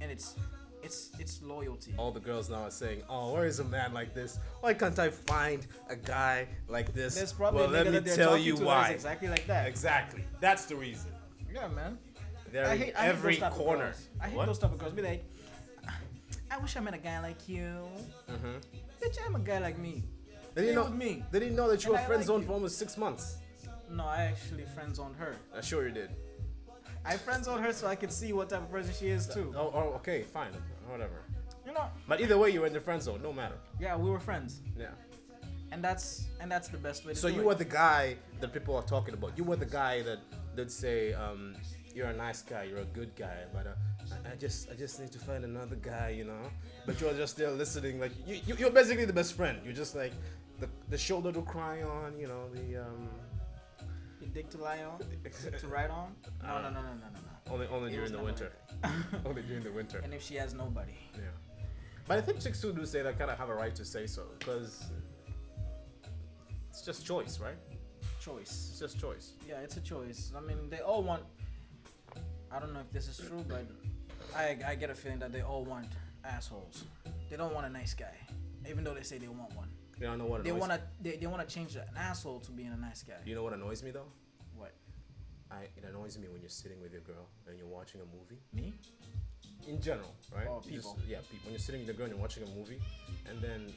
Speaker 1: and it's, it's, it's loyalty.
Speaker 2: all the girls now are saying, "Oh, where is a man like this? Why can't I find a guy like this?"
Speaker 1: There's probably
Speaker 2: well,
Speaker 1: a nigga
Speaker 2: let me
Speaker 1: that they're
Speaker 2: tell
Speaker 1: talking
Speaker 2: you
Speaker 1: to that is
Speaker 2: why.
Speaker 1: exactly like that.
Speaker 2: Exactly. That's the reason.
Speaker 1: Yeah, man.
Speaker 2: They're in every
Speaker 1: those type of
Speaker 2: corner.
Speaker 1: girls. I hate
Speaker 3: What?
Speaker 1: those type of girls. Be like, I wish I met a guy like you.
Speaker 2: Mhm.
Speaker 1: Bitch, I'm a guy like me.
Speaker 2: They
Speaker 1: Stay
Speaker 2: didn't know.
Speaker 1: with me.
Speaker 2: They didn't know that you
Speaker 1: And
Speaker 2: were
Speaker 1: I
Speaker 2: friend
Speaker 1: like
Speaker 2: zoned
Speaker 1: you.
Speaker 2: for almost six months.
Speaker 1: No, I actually friend zoned her.
Speaker 2: I sure you did.
Speaker 1: I friend zoned her so I could see what type of person she is too.
Speaker 2: Oh, oh, okay, fine, whatever.
Speaker 1: You know?
Speaker 2: But either way, you were in the friend zone. No matter.
Speaker 1: Yeah, we were friends,
Speaker 2: Yeah.
Speaker 1: and that's and that's the best way to
Speaker 2: So
Speaker 1: do
Speaker 2: you
Speaker 1: it.
Speaker 2: were the guy that people are talking about. You were the guy that that say, um, "You're a nice guy. You're a good guy." But uh, I, I just, I just need to find another guy, you know. But you're just there listening, like you, you you're basically the best friend. You're just like the, the shoulder to cry on, you know, the um,
Speaker 1: Your dick to lie on, to ride on. No, no, no, no, no, no,
Speaker 2: only only
Speaker 1: It was
Speaker 2: during the
Speaker 1: never
Speaker 2: winter. only during the winter.
Speaker 1: no. And if she has nobody,
Speaker 2: Yeah. But I think chicks too do say that kind of have a right to say so because it's just choice, right?
Speaker 1: choice.
Speaker 2: It's just choice.
Speaker 1: Yeah, it's a choice. I mean, they all want. I don't know if this is true, but I I get a feeling that they all want assholes. They don't want a nice guy, even though they say they want one.
Speaker 2: You know what annoys
Speaker 1: They wanna they, they wanna change an asshole to being a nice guy.
Speaker 2: You know what annoys me though?
Speaker 1: What?
Speaker 2: I, it annoys me when you're sitting with your girl and you're watching a movie.
Speaker 1: Me?
Speaker 2: In general, right?
Speaker 1: Oh,
Speaker 2: Just-
Speaker 1: people.
Speaker 2: yeah, people. When you're sitting with your girl and you're watching a movie, and then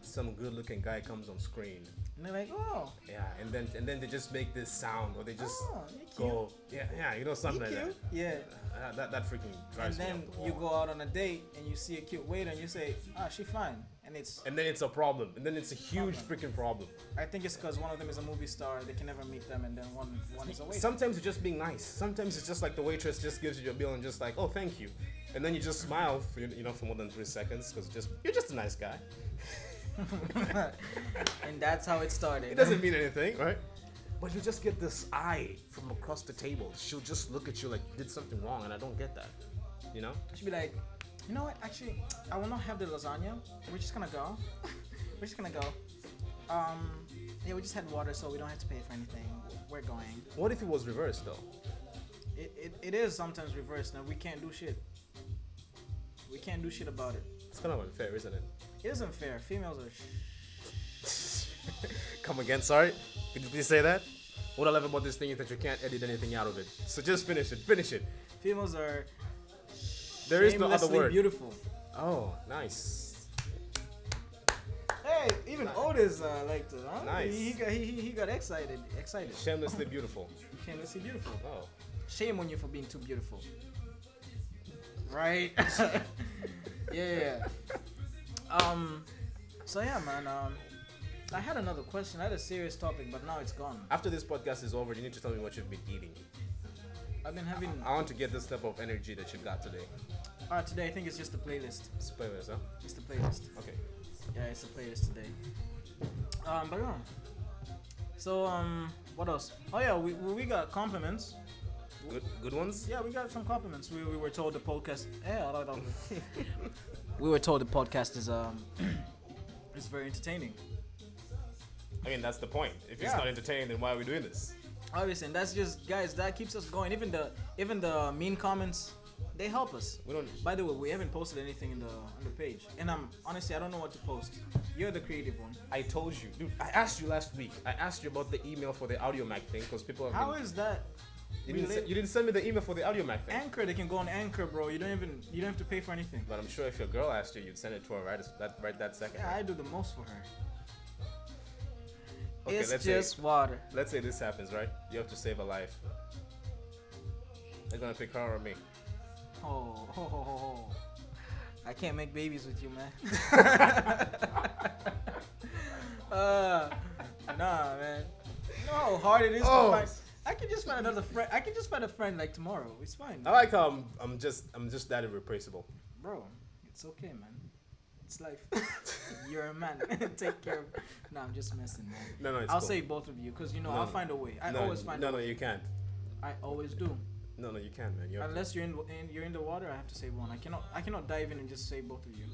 Speaker 2: some good-looking guy comes on screen.
Speaker 1: And they're like, oh,
Speaker 2: Yeah, and then and then they just make this sound or they just
Speaker 1: oh, you're cute.
Speaker 2: go. Yeah, yeah, you know something
Speaker 1: You're
Speaker 2: like
Speaker 1: cute. Yeah.
Speaker 2: that. Uh, that. That freaking
Speaker 1: And
Speaker 2: drives me
Speaker 1: then
Speaker 2: up the wall.
Speaker 1: you go out on a date and you see a cute waiter and you say, ah, she fine. And it's
Speaker 2: And then it's a problem. And then it's a huge
Speaker 1: Problem.
Speaker 2: freaking problem.
Speaker 1: I think it's because one of them is a movie star, they can never meet them, and then one one is a waiter.
Speaker 2: Sometimes it's just being nice. Sometimes it's just like the waitress just gives you your bill and just like, oh, thank you. And then you just smile, for, you know, for more than three seconds because just you're just a nice guy.
Speaker 1: and that's how it started.
Speaker 2: It doesn't mean anything, right? But you just get this eye from across the table. She'll just look at you like you did something wrong, and I don't get that. You know?
Speaker 1: I should be like, you know what? Actually, I will not have the lasagna. We're just gonna go. we're just gonna go. Um, yeah, we just had water, so we don't have to pay for anything. We're going.
Speaker 2: What if it was reversed though?
Speaker 1: It, it, it is sometimes reversed, and we can't do shit. We can't do shit about it.
Speaker 2: It's kind of unfair, isn't it?
Speaker 1: It isn't fair. Females are. Sh-
Speaker 2: Come again, sorry? Could you please say that? What I love about this thing is that you can't edit anything out of it. So just finish it. Finish it.
Speaker 1: females are.
Speaker 2: There is no other
Speaker 1: shamelessly
Speaker 2: word.
Speaker 1: Beautiful.
Speaker 2: Oh, nice.
Speaker 1: Hey, even Otis uh, liked it. Huh?
Speaker 2: Nice.
Speaker 1: He, he got he, he he got excited. Excited.
Speaker 2: Shamelessly beautiful.
Speaker 1: Shamelessly beautiful.
Speaker 2: Oh.
Speaker 1: Shame on you for being too beautiful. Right? yeah, yeah. Um so yeah man, um I had another question. I had a serious topic, but now it's gone.
Speaker 2: After this podcast is over, you need to tell me what you've been eating.
Speaker 1: I've been having
Speaker 2: I want to get this type of energy that you got today.
Speaker 1: uh today I think it's just the playlist.
Speaker 2: Let's play this, huh?
Speaker 1: It's the playlist.
Speaker 2: Okay.
Speaker 1: Yeah, it's the playlist today. Um but yeah. So um what else? Oh yeah, we we we got compliments.
Speaker 2: Good good ones?
Speaker 1: Yeah, we got some compliments. We, we were told the podcast. eh, Yeah, I don't know. we were told the podcast is um is very entertaining.
Speaker 2: I mean that's the point. If it's
Speaker 1: Yeah.
Speaker 2: not entertaining, then why are we doing this?
Speaker 1: Obviously, and that's just guys. That keeps us going. Even the even the mean comments, they help us.
Speaker 2: We don't
Speaker 1: By the way, we haven't posted anything in the on the page, and I'm honestly I don't know what to post. You're the creative one.
Speaker 2: I told you, dude. I asked you last week. I asked you about the email for the audio mac thing because people have
Speaker 1: How
Speaker 2: been,
Speaker 1: is that?
Speaker 2: you, didn't, se-
Speaker 1: relate-
Speaker 2: you didn't send me the email for the audio mac thing.
Speaker 1: Anchor, they can go on Anchor, bro. You don't even you don't have to pay for anything.
Speaker 2: But I'm sure if your girl asked you, you'd send it to her right as- that right that second.
Speaker 1: Yeah, I do the most for her.
Speaker 2: Okay,
Speaker 1: it's
Speaker 2: let's say-
Speaker 1: just water.
Speaker 2: Let's say this happens, right? You have to save a life. They're gonna pick her or me.
Speaker 1: Oh, ho, ho, ho, ho. I can't make babies with you, man. uh, nah, man. You know how hard it is
Speaker 2: Oh.
Speaker 1: to find. I can just find another friend. I can just find a friend like tomorrow. It's fine,
Speaker 2: I like how I'm, I'm just I'm just that irreplaceable.
Speaker 1: bro. It's okay, man. It's life. You're a man. Take care of. Nah, I'm just messing, man.
Speaker 2: No, no, it's
Speaker 1: I'll
Speaker 2: cool.
Speaker 1: save both of you because you know
Speaker 2: No,
Speaker 1: I'll
Speaker 2: no.
Speaker 1: find a way. I
Speaker 2: no,
Speaker 1: always find.
Speaker 2: No,
Speaker 1: a
Speaker 2: no,
Speaker 1: way.
Speaker 2: you can't.
Speaker 1: I always do.
Speaker 2: No, no, you can, man. You have to.
Speaker 1: Unless you're in, in you're in the water, I have to save one. I cannot I cannot dive in and just save both of you.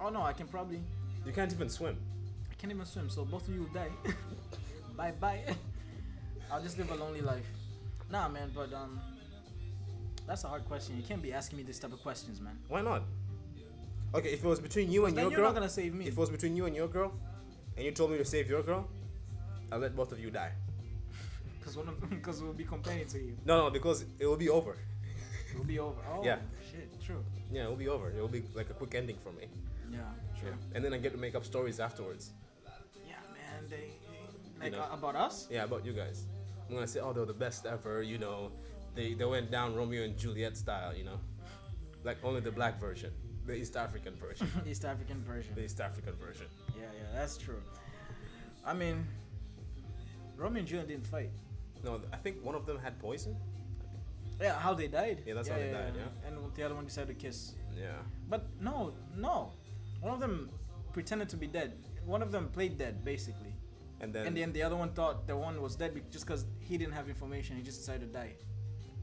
Speaker 1: Oh no, I can probably
Speaker 2: You can't even swim.
Speaker 1: I can't even swim, so both of you will die. bye bye. I'll just live a lonely life. Nah, man, but um, that's a hard question. You can't be asking me this type of questions, man.
Speaker 2: Why not? Okay, if it was between you and
Speaker 1: Then
Speaker 2: your
Speaker 1: you're
Speaker 2: girl,
Speaker 1: not gonna save me.
Speaker 2: if it was between you and your girl, and you told me to save your girl, I'll let both of you die.
Speaker 1: Cause one of because we'll be complaining to you.
Speaker 2: No, no, because it will be over.
Speaker 1: It'll be over. Oh
Speaker 2: Yeah.
Speaker 1: shit, true.
Speaker 2: Yeah, it will be over. It will be like a quick ending for me.
Speaker 1: Yeah, true.
Speaker 2: And then I get to make up stories afterwards.
Speaker 1: Yeah, man, they, they like
Speaker 2: know.
Speaker 1: uh, about us.
Speaker 2: Yeah, about you guys. I'm gonna say, oh, they're the best ever. You know, they they went down Romeo and Juliet style. You know, like only the black version, the East African version,
Speaker 1: East African version.
Speaker 2: the East African version.
Speaker 1: Yeah, yeah, that's true. I mean, Romeo and Juliet didn't fight.
Speaker 2: No, I think one of them had poison.
Speaker 1: Yeah, how they died.
Speaker 2: Yeah, that's how they died, yeah.
Speaker 1: And the other one decided to kiss.
Speaker 2: Yeah.
Speaker 1: But no, no. One of them pretended to be dead. One of them played dead, basically.
Speaker 2: And then,
Speaker 1: and then the other one thought the one was dead be- just because he didn't have information. He just decided to die.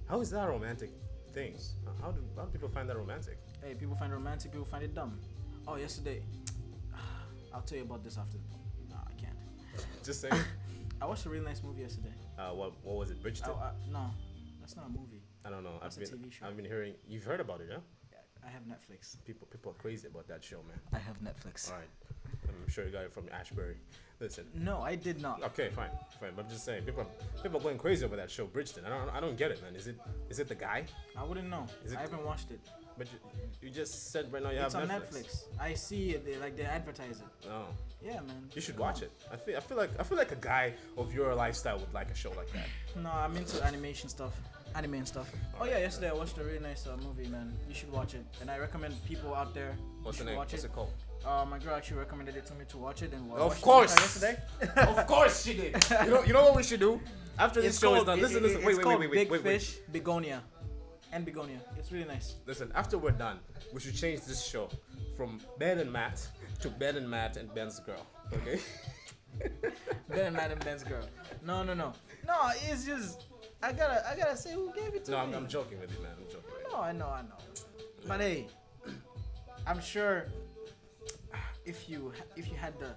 Speaker 2: how is that a romantic things? How do how do people find that romantic?
Speaker 1: Hey, people find it romantic, people find it dumb. Oh, yesterday. I'll tell you about this after. No, I can't.
Speaker 2: Just saying.
Speaker 1: I watched a really nice movie yesterday.
Speaker 2: uh, what what was it, Bridgeton?
Speaker 1: Oh, I, no, that's not a movie.
Speaker 2: I don't know. I've
Speaker 1: that's a
Speaker 2: been
Speaker 1: TV show.
Speaker 2: I've been hearing. You've heard about it, yeah?
Speaker 1: I have Netflix.
Speaker 2: People people are crazy about that show, man.
Speaker 1: I have Netflix.
Speaker 2: All right. I'm sure you got it from Ashbury. Listen.
Speaker 1: No, I did not.
Speaker 2: Okay, fine, fine. But I'm just saying, people are, people are going crazy over that show, Bridgeton. I don't, I don't get it, man. Is it, is it the guy?
Speaker 1: I wouldn't know.
Speaker 2: Is it-
Speaker 1: I haven't watched it.
Speaker 2: But you, you just said right now you
Speaker 1: It's on
Speaker 2: have Netflix.
Speaker 1: Netflix. I see it. They, like they advertise it.
Speaker 2: No,
Speaker 1: Yeah, man.
Speaker 2: you should watch it. I feel, I feel like, I feel like a guy of your lifestyle would like a show like that.
Speaker 1: No, I'm into animation stuff, anime and stuff. Oh yeah, yesterday I watched a really nice uh, movie, man. You should watch it, and I recommend people out there. you
Speaker 2: What's the
Speaker 1: should
Speaker 2: name?
Speaker 1: Watch
Speaker 2: What's it
Speaker 1: it.
Speaker 2: called?
Speaker 1: Uh, my girl actually recommended it to me to watch it, and I
Speaker 2: Of
Speaker 1: watched it
Speaker 2: course.
Speaker 1: yesterday.
Speaker 2: of course she did. You know, you know what we should do after this show is done.
Speaker 1: it-
Speaker 2: Listen,
Speaker 1: it-
Speaker 2: listen.
Speaker 1: it's
Speaker 2: Wait, wait,
Speaker 1: called
Speaker 2: wait, wait,
Speaker 1: Big
Speaker 2: wait, wait.
Speaker 1: Fish Begonia. and begonia. It's really nice.
Speaker 2: Listen, after we're done, we should change this show from Ben and Matt to Ben and Matt and Ben's girl. Okay?
Speaker 1: Ben and Madam Ben's girl. No, no, no, no. It's just I gotta I gotta say who gave it to
Speaker 2: no,
Speaker 1: me.
Speaker 2: I'm, I'm joking with you, man. I'm joking.
Speaker 1: No, I know, I know. But hey, I'm sure if you if you had the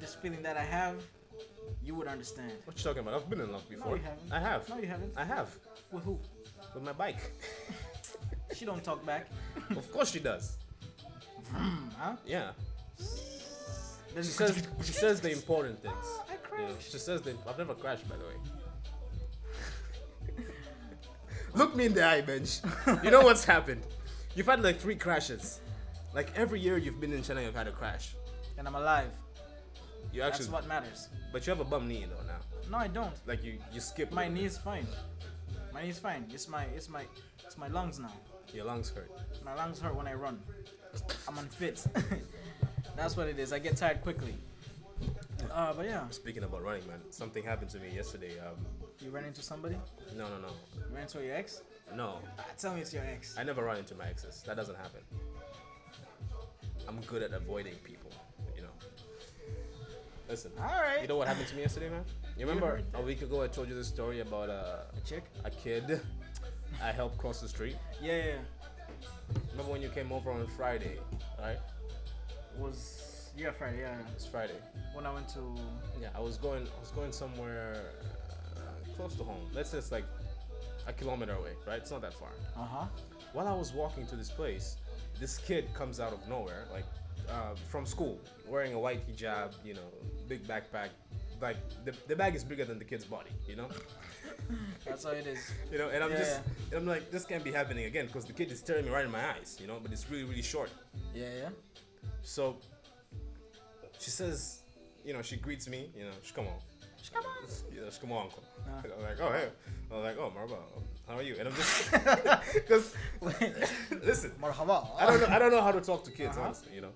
Speaker 1: this feeling that I have, you would understand.
Speaker 2: What you talking about? I've been in love before.
Speaker 1: you haven't.
Speaker 2: I have.
Speaker 1: No, you haven't.
Speaker 2: I have.
Speaker 1: With who?
Speaker 2: With my bike.
Speaker 1: She don't talk back, Hmm,
Speaker 2: of course she does.
Speaker 1: huh?
Speaker 2: Yeah.
Speaker 1: Then
Speaker 2: She says she says the important things.
Speaker 1: "Ah, I
Speaker 2: Yeah,
Speaker 1: crashed.
Speaker 2: she says that I've never crashed, by the way. Look me in the eye, Benj. You know what's happened. You've had like three crashes. Like every year you've been in China, you've had a crash.
Speaker 1: And I'm alive.
Speaker 2: You
Speaker 1: That's
Speaker 2: actually,
Speaker 1: what matters.
Speaker 2: but you have a bum knee though now.
Speaker 1: No, I don't.
Speaker 2: Like you, you skip. a
Speaker 1: My
Speaker 2: little
Speaker 1: knee's fine. My knee's fine. It's my it's my it's my lungs now.
Speaker 2: bit. Your lungs hurt.
Speaker 1: My lungs hurt when I run. I'm unfit. That's what it is. I get tired quickly. Uh, but yeah,
Speaker 2: Speaking about running, man, something happened to me yesterday. Um,
Speaker 1: you ran into somebody.
Speaker 2: no, no, no,
Speaker 1: You ran into your ex.
Speaker 2: no.
Speaker 1: Ah, tell me it's your ex.
Speaker 2: I never run into my exes. That doesn't happen. I'm good at avoiding people. You know. Listen.
Speaker 1: All right.
Speaker 2: You know what happened to me yesterday, man? You remember
Speaker 1: heard
Speaker 2: a week ago I told you this story about uh,
Speaker 1: A chick?
Speaker 2: a kid I helped cross the street?
Speaker 1: Yeah, yeah. yeah.
Speaker 2: Remember when you came over on Friday, right?
Speaker 1: Was yeah Friday. Yeah, yeah.
Speaker 2: It's Friday.
Speaker 1: when I went to
Speaker 2: Yeah, I was going I was going somewhere uh, close to home. Let's say it's like a kilometer away, right? It's not that far.
Speaker 1: uh huh.
Speaker 2: While I was walking to this place, this kid comes out of nowhere, like uh, from school, wearing a white hijab, you know, big backpack. Like the, the bag is bigger than the kid's body, you know?
Speaker 1: That's how it is.
Speaker 2: you know, and I'm
Speaker 1: Yeah,
Speaker 2: just, and I'm like, this can't be happening again because the kid is staring me right in my eyes, you know, but it's really, really short.
Speaker 1: Yeah, yeah.
Speaker 2: So she says, you know, she greets me, you know, she come on,
Speaker 1: Come on.
Speaker 2: you know, she come on, uncle.
Speaker 1: Ah.
Speaker 2: I'm like, oh hey, I'm like, oh Marba, how are you? And I'm just, because, listen,
Speaker 1: Marhaba.
Speaker 2: I don't know, I don't know how to talk to kids,
Speaker 1: Uh-huh.
Speaker 2: honestly, you know.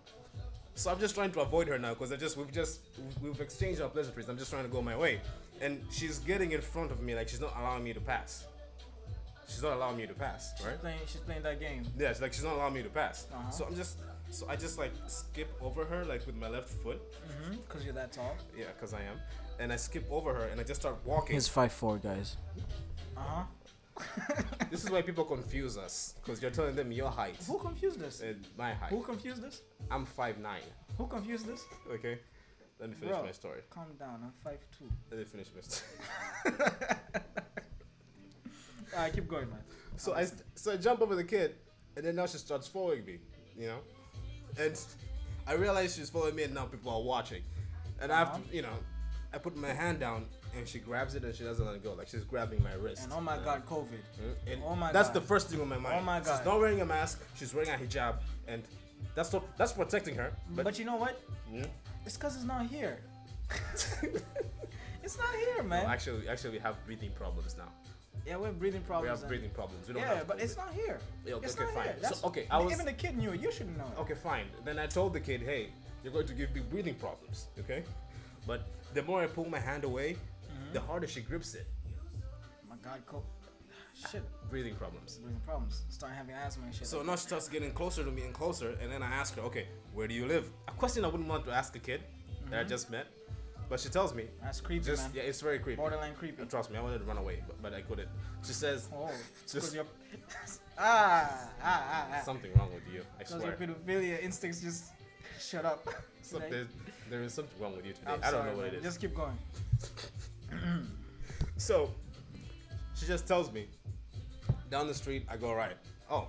Speaker 2: So I'm just trying to avoid her now because I just we've just we've exchanged our pleasantries. I'm just trying to go my way, and she's getting in front of me like she's not allowing me to pass. She's not allowing me to pass, right?
Speaker 1: She's playing. She's playing that game.
Speaker 2: Yeah, she's like she's not allowing me to pass.
Speaker 1: Uh-huh.
Speaker 2: So I'm just, so I just like skip over her like with my left foot.
Speaker 1: Mm-hmm. Cause you're that tall.
Speaker 2: Yeah, cause I am, and I skip over her and I just start walking.
Speaker 1: five four, guys. Uh huh.
Speaker 2: this is why people confuse us, cause you're telling them your height
Speaker 1: Who confused this?
Speaker 2: and my height.
Speaker 1: Who confused this?
Speaker 2: I'm five nine.
Speaker 1: Who confused this?
Speaker 2: Okay, let me finish
Speaker 1: Bro.
Speaker 2: my story.
Speaker 1: Calm down. I'm five two.
Speaker 2: Let me finish my story.
Speaker 1: Alright, keep going, man.
Speaker 2: So I st- so I jump over the kid, and then now she starts following me, you know, and I realize she's following me, and now people are watching, and I have
Speaker 1: Uh-huh.
Speaker 2: to, you know, I put my hand down, and she grabs it, and she doesn't let it go, like she's grabbing my wrist.
Speaker 1: And oh my
Speaker 2: you know?
Speaker 1: God, COVID.
Speaker 2: Mm, And
Speaker 1: Oh my
Speaker 2: that's
Speaker 1: God.
Speaker 2: the first thing on my mind.
Speaker 1: Oh my
Speaker 2: She's
Speaker 1: God.
Speaker 2: not wearing a mask. She's wearing a hijab, and that's not, that's protecting her.
Speaker 1: But,
Speaker 2: But,
Speaker 1: you know what?
Speaker 2: Mm.
Speaker 1: It's cause it's not here. it's not here, man.
Speaker 2: No, actually, actually, we have breathing problems now.
Speaker 1: yeah, we have breathing problems.
Speaker 2: We have
Speaker 1: and-
Speaker 2: breathing problems. eh? We don't
Speaker 1: Yeah,
Speaker 2: have
Speaker 1: but it's
Speaker 2: COVID.
Speaker 1: not here.
Speaker 2: Yeah,
Speaker 1: it's
Speaker 2: okay,
Speaker 1: not
Speaker 2: fine.
Speaker 1: here.
Speaker 2: So,
Speaker 1: That's,
Speaker 2: okay, I was-
Speaker 1: even the kid knew. it. You should know. it.
Speaker 2: Okay, fine. Then I told the kid, hey, you're going to give me breathing problems, okay? But the more I pull my hand away, the harder she grips it.
Speaker 1: My God, co- shit,
Speaker 2: Breathing problems.
Speaker 1: breathing problems. Start having asthma and shit.
Speaker 2: So now she starts getting closer to me and closer, and then I ask her, okay, where do you live? A question I wouldn't want to ask a kid that I just met, but she tells me,
Speaker 1: that's creepy,
Speaker 2: just
Speaker 1: man.
Speaker 2: yeah, it's very creepy.
Speaker 1: Borderline creepy.
Speaker 2: Trust me, I wanted to run away, but, but I couldn't. She says,
Speaker 1: Oh,
Speaker 2: Just-
Speaker 1: because your ah ah ah ah.
Speaker 2: something wrong with you. I
Speaker 1: Because your
Speaker 2: swear.
Speaker 1: pedophilia instincts just shut up.
Speaker 2: Some-
Speaker 1: Like,
Speaker 2: there's, there is something wrong with you today.
Speaker 1: I'm
Speaker 2: I don't
Speaker 1: sorry,
Speaker 2: know what
Speaker 1: man.
Speaker 2: it is.
Speaker 1: Just keep going.
Speaker 2: So she just tells me, down the street, I go right. Oh,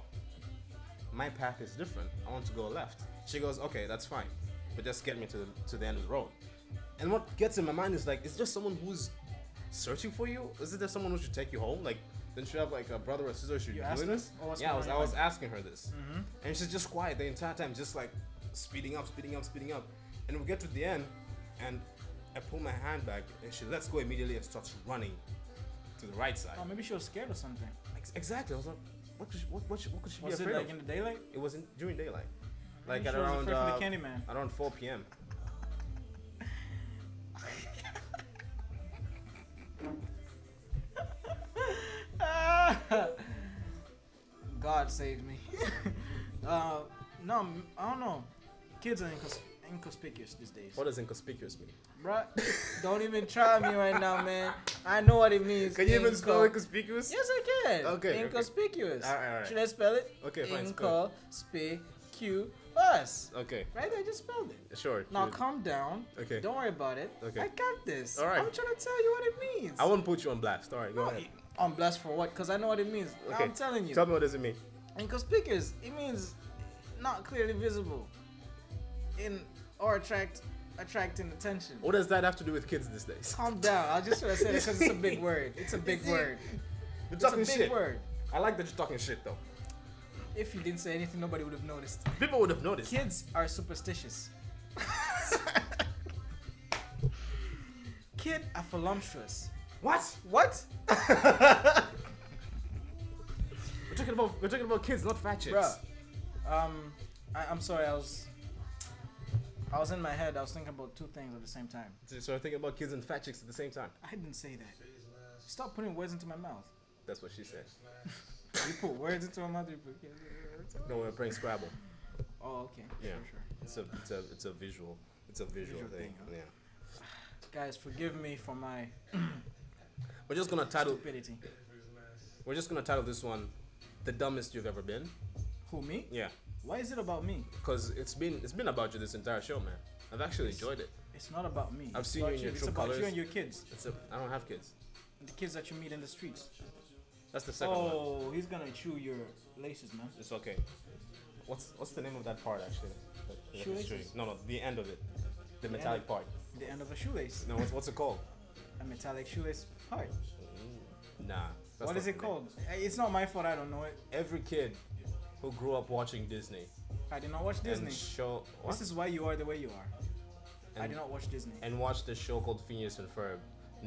Speaker 2: my path is different. I want to go left. She goes, okay, that's fine, but just get me to the, to the end of the road. And what gets in my mind is like, is there someone who's searching for you? Is there someone who should take you home? Like, then she have like a brother or sister should
Speaker 1: You
Speaker 2: be
Speaker 1: asked
Speaker 2: doing
Speaker 1: her?
Speaker 2: this?
Speaker 1: Or what's
Speaker 2: yeah, I
Speaker 1: going on
Speaker 2: was,
Speaker 1: Mm-hmm.
Speaker 2: I
Speaker 1: in your
Speaker 2: was asking her this, and she's just quiet the entire time, just like speeding up, speeding up, speeding up. And we get to the end, and I pull my hand back, and she lets go immediately and starts running to the right side.
Speaker 1: Oh, maybe she was scared or something.
Speaker 2: Um, Ex- exactly. I was like, what could she, what, what, she- what could she
Speaker 1: Was
Speaker 2: be
Speaker 1: it
Speaker 2: afraid
Speaker 1: like
Speaker 2: of?
Speaker 1: in the daylight?
Speaker 2: It was in, during daylight, like
Speaker 1: Maybe
Speaker 2: at
Speaker 1: she was
Speaker 2: around
Speaker 1: afraid
Speaker 2: uh,
Speaker 1: from the Candyman.
Speaker 2: around 4 p.m.
Speaker 1: Ah, God saved me. uh, no, I don't know. Kids are incons- inconspicuous these days.
Speaker 2: What does inconspicuous mean?
Speaker 1: Bruh, don't even try me right now, man. I know what it means.
Speaker 2: Can you even spell
Speaker 1: Inco-
Speaker 2: inconspicuous?
Speaker 1: Yes, I can.
Speaker 2: Okay, okay.
Speaker 1: Inconspicuous.
Speaker 2: All right, all right.
Speaker 1: Should I spell it?
Speaker 2: Okay, fine, spell
Speaker 1: Inconspicuous.
Speaker 2: Okay,
Speaker 1: Right? I just spelled it.
Speaker 2: sure.
Speaker 1: Now
Speaker 2: dude.
Speaker 1: calm down.
Speaker 2: Okay.
Speaker 1: Don't worry about it.
Speaker 2: Okay.
Speaker 1: I got this.
Speaker 2: All right.
Speaker 1: I'm trying to tell you what it means.
Speaker 2: I won't put you on blast. All right, go
Speaker 1: No,
Speaker 2: ahead.
Speaker 1: I'm blessed for what? Because I know what it means.
Speaker 2: Okay.
Speaker 1: I'm telling you.
Speaker 2: Tell me what does it mean?
Speaker 1: Inconspicuous. It means not clearly visible. In or attract attracting attention.
Speaker 2: What does that have to do with kids these days?
Speaker 1: Calm down. I just want to say that because it's a big word. It's a big word.
Speaker 2: You're
Speaker 1: It's a
Speaker 2: talking
Speaker 1: big
Speaker 2: shit.
Speaker 1: word.
Speaker 2: I like that you're talking shit though.
Speaker 1: If you didn't say anything, nobody would have noticed.
Speaker 2: People would have noticed.
Speaker 1: Kids are superstitious. Kid are voluptuous.
Speaker 2: What?
Speaker 1: What?
Speaker 2: We're talking about we're talking about kids, not fat chicks.
Speaker 1: Bruh. Um, I, I'm sorry. I was, I was in my head. I was thinking about two things at the same time.
Speaker 2: So- So we're thinking about kids and fat chicks at the same time.
Speaker 1: I didn't say that. Stop putting words into my mouth.
Speaker 2: That's what she said.
Speaker 1: You put words into my mouth. You put
Speaker 2: No, we're playing Scrabble.
Speaker 1: Oh, okay.
Speaker 2: Yeah.
Speaker 1: Sure, sure.
Speaker 2: It's a it's a it's a visual it's a visual,
Speaker 1: Visual thing,
Speaker 2: thing.
Speaker 1: huh?
Speaker 2: Yeah.
Speaker 1: Guys, forgive me for my
Speaker 2: We're just gonna title
Speaker 1: stupidity.
Speaker 2: we're just gonna title this one the dumbest you've ever been.
Speaker 1: Who me?
Speaker 2: Yeah.
Speaker 1: Why is it about me?
Speaker 2: Because it's been it's been about you this entire show, man. I've actually enjoyed it.
Speaker 1: It's not about me.
Speaker 2: I've
Speaker 1: It's
Speaker 2: seen you
Speaker 1: about
Speaker 2: in your
Speaker 1: It's
Speaker 2: true
Speaker 1: about you
Speaker 2: colours.
Speaker 1: and your kids.
Speaker 2: It's a, I don't have kids.
Speaker 1: The kids that you meet in the streets.
Speaker 2: That's the second one.
Speaker 1: oh, he's gonna chew your laces, man.
Speaker 2: It's okay. What's what's the name of that part actually? The- the
Speaker 1: Shoelaces?
Speaker 2: history. No, no, the end of it, the
Speaker 1: end
Speaker 2: metallic
Speaker 1: of-
Speaker 2: part.
Speaker 1: The end of a shoelace.
Speaker 2: No, what's, what's it called?
Speaker 1: A metallic shoelace part.
Speaker 2: Nah. that's
Speaker 1: Mm. what
Speaker 2: not
Speaker 1: is
Speaker 2: the
Speaker 1: it
Speaker 2: name.
Speaker 1: called? Uh, It's not my fault. I don't know it.
Speaker 2: Every kid who grew up watching Disney,
Speaker 1: I did not watch Disney.
Speaker 2: and show what?
Speaker 1: This is why you are the way you are. I
Speaker 2: And-
Speaker 1: did not watch Disney.
Speaker 2: and watched the show called Phineas and Ferb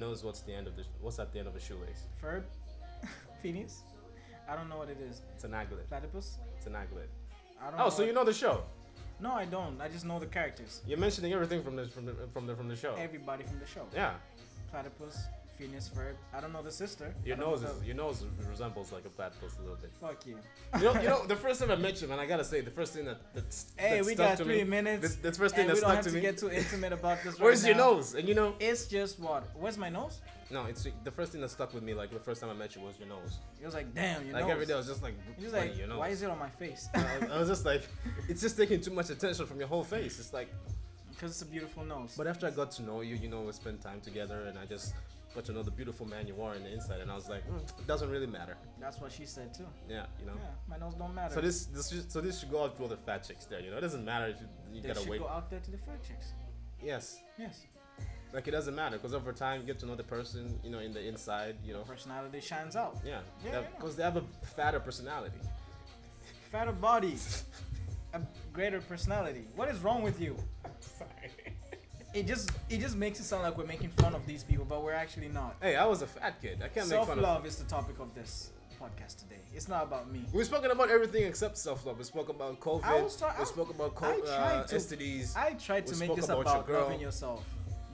Speaker 2: knows what's the end of the what's at the end of a shoelace.
Speaker 1: Ferb? Phoenix? I don't know what it is.
Speaker 2: It's an aglet.
Speaker 1: Platypus?
Speaker 2: It's an aglet.
Speaker 1: I don't
Speaker 2: Oh, so you know the show?
Speaker 1: No, I don't. I just know the characters.
Speaker 2: You're mentioning everything from the from the from the from the show.
Speaker 1: Everybody from the show.
Speaker 2: Oh. Yeah,
Speaker 1: Platypus, Phoenix, Ferb. I don't know the sister.
Speaker 2: your
Speaker 1: I don't know
Speaker 2: nose is,
Speaker 1: the-
Speaker 2: your nose resembles like a platypus a little bit.
Speaker 1: Fuck you.
Speaker 2: You know, you know, the first time I met you, man, I gotta say, the first thing that that's
Speaker 1: Hey,
Speaker 2: that
Speaker 1: we
Speaker 2: stuck
Speaker 1: got
Speaker 2: to
Speaker 1: three
Speaker 2: me,
Speaker 1: minutes.
Speaker 2: The, the first thing
Speaker 1: and
Speaker 2: that
Speaker 1: we don't have
Speaker 2: stuck to
Speaker 1: to,
Speaker 2: me.
Speaker 1: get too intimate about this.
Speaker 2: Where's
Speaker 1: right
Speaker 2: your
Speaker 1: now.
Speaker 2: nose? And you know,
Speaker 1: It's just what. Where's my nose?
Speaker 2: no, it's the first thing that stuck with me. Like the first time I met you was your nose.
Speaker 1: It was like, damn, your
Speaker 2: like
Speaker 1: nose.
Speaker 2: every day, I was just like,
Speaker 1: It was
Speaker 2: "Buddy,
Speaker 1: like,
Speaker 2: your nose. Uh,
Speaker 1: why is it on my face?
Speaker 2: I was- I was just like, it's just taking too much attention from your whole face. It's like,
Speaker 1: Because it's a beautiful nose.
Speaker 2: but after I got to know you, you know, we spent time together, and I just got to know the beautiful man you are on the inside, and I was like, "Mm, it doesn't really matter.
Speaker 1: That's what she said too.
Speaker 2: Yeah, you know.
Speaker 1: Yeah, my nose don't matter.
Speaker 2: So this, this, should- so this should go out to all the fat chicks there. You know, it doesn't matter if you, you
Speaker 1: they
Speaker 2: gotta
Speaker 1: should
Speaker 2: wait.
Speaker 1: go out there to the fat chicks.
Speaker 2: Yes.
Speaker 1: Yes.
Speaker 2: Like it doesn't matter because over time you get to know the person, you know, in the inside, you know.
Speaker 1: Personality shines out.
Speaker 2: Yeah,
Speaker 1: Yeah,
Speaker 2: because
Speaker 1: yeah.
Speaker 2: they have a fatter personality.
Speaker 1: Fatter body, a greater personality. What is wrong with you?
Speaker 3: Sorry.
Speaker 1: It just it just makes it sound like we're making fun of these people, but we're actually not.
Speaker 2: Hey, I was a fat kid. I can't make
Speaker 1: Self
Speaker 2: fun of.
Speaker 1: love is the topic of this podcast today. It's not about me.
Speaker 2: We've spoken about everything except self love. We spoke about COVID.
Speaker 1: I was try- I-
Speaker 2: we spoke about co-
Speaker 1: I tried
Speaker 2: uh,
Speaker 1: to-
Speaker 2: STDs.
Speaker 1: I tried
Speaker 2: We
Speaker 1: to make
Speaker 2: spoke
Speaker 1: this
Speaker 2: about
Speaker 1: about,
Speaker 2: your girl.
Speaker 1: loving yourself,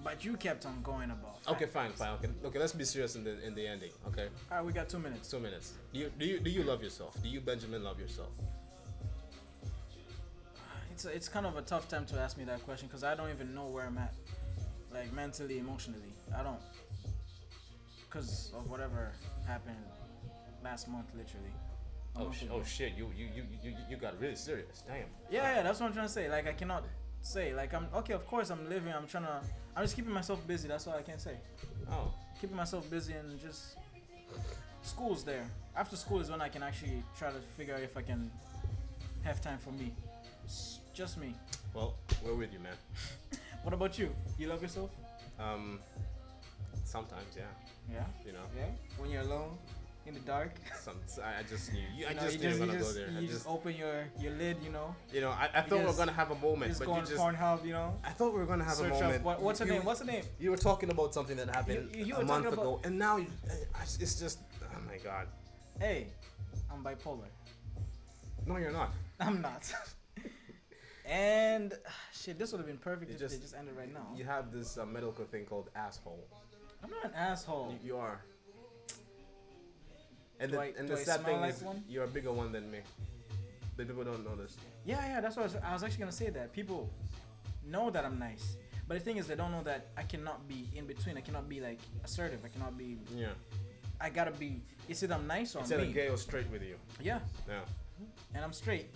Speaker 1: but you kept on going about.
Speaker 2: okay,
Speaker 1: fat.
Speaker 2: fine, fine. Okay, okay. Let's be serious in the in the ending. Okay,
Speaker 1: All right, we got two minutes.
Speaker 2: two minutes. Do you do you do you love yourself? Do you Benjamin love yourself?
Speaker 1: It's a, it's kind of a tough time to ask me that question because I don't even know where I'm at, like mentally, emotionally. I don't, because of whatever happened last month, literally. A
Speaker 2: Oh,
Speaker 1: month
Speaker 2: sh-
Speaker 1: ago.
Speaker 2: oh shit! You you you you you- you got really serious. Damn.
Speaker 1: Yeah, yeah, that's what I'm trying to say. Like I cannot say like I'm okay. Of course I'm living. I'm trying to. I'm just keeping myself busy. That's all I can say.
Speaker 2: Oh.
Speaker 1: Keeping myself busy and just school's there. After school is when I can actually try to figure out if I can have time for me. S- just me.
Speaker 2: Well, we're with you, man.
Speaker 1: What about you? You love yourself?
Speaker 2: Um. Sometimes, yeah.
Speaker 1: Yeah.
Speaker 2: You know.
Speaker 1: Yeah. When you're alone in the dark.
Speaker 2: Some, I I just knew. You, I
Speaker 1: you know,
Speaker 2: just
Speaker 1: you
Speaker 2: knew you
Speaker 1: just,
Speaker 2: were
Speaker 1: you
Speaker 2: gonna
Speaker 1: just,
Speaker 2: go there. I
Speaker 1: you
Speaker 2: just,
Speaker 1: just open your your lid. You know.
Speaker 2: you know, I, I
Speaker 1: you
Speaker 2: thought we were
Speaker 1: just-
Speaker 2: gonna have a moment,
Speaker 1: Just
Speaker 2: but
Speaker 1: go
Speaker 2: you
Speaker 1: on
Speaker 2: just.
Speaker 1: Pornhub. You know.
Speaker 2: I thought we were gonna have a
Speaker 1: Search
Speaker 2: moment.
Speaker 1: up what, what's her
Speaker 2: You-
Speaker 1: name? What's her name?
Speaker 2: You were talking about something that happened
Speaker 1: You- you
Speaker 2: a
Speaker 1: were
Speaker 2: month
Speaker 1: talking
Speaker 2: ago, and now you, I- I- it's just. Oh my god!
Speaker 1: Hey, I'm bipolar.
Speaker 2: No, you're not.
Speaker 1: I'm not. and shit, this would have been perfect
Speaker 2: You
Speaker 1: if
Speaker 2: just-
Speaker 1: they just ended right now.
Speaker 2: You have this uh, medical thing called asshole.
Speaker 1: I'm not an asshole.
Speaker 2: You, you are.
Speaker 1: Oh. Do
Speaker 2: And the,
Speaker 1: I-
Speaker 2: and
Speaker 1: do
Speaker 2: the
Speaker 1: I
Speaker 2: sad
Speaker 1: smell
Speaker 2: thing
Speaker 1: like
Speaker 2: is,
Speaker 1: one?
Speaker 2: you're a bigger one than me. The people don't know this.
Speaker 1: Yeah, yeah, that's what I was, I was actually gonna say. That people know that I'm nice, but the thing is, they don't know that I cannot be in between. I cannot be like assertive. I cannot be.
Speaker 2: Yeah.
Speaker 1: I gotta be. It's either I'm nice or
Speaker 2: It's
Speaker 1: I'm
Speaker 2: either
Speaker 1: mean.
Speaker 2: gay or straight with you.
Speaker 1: Yeah,
Speaker 2: Yeah.
Speaker 1: and I'm straight,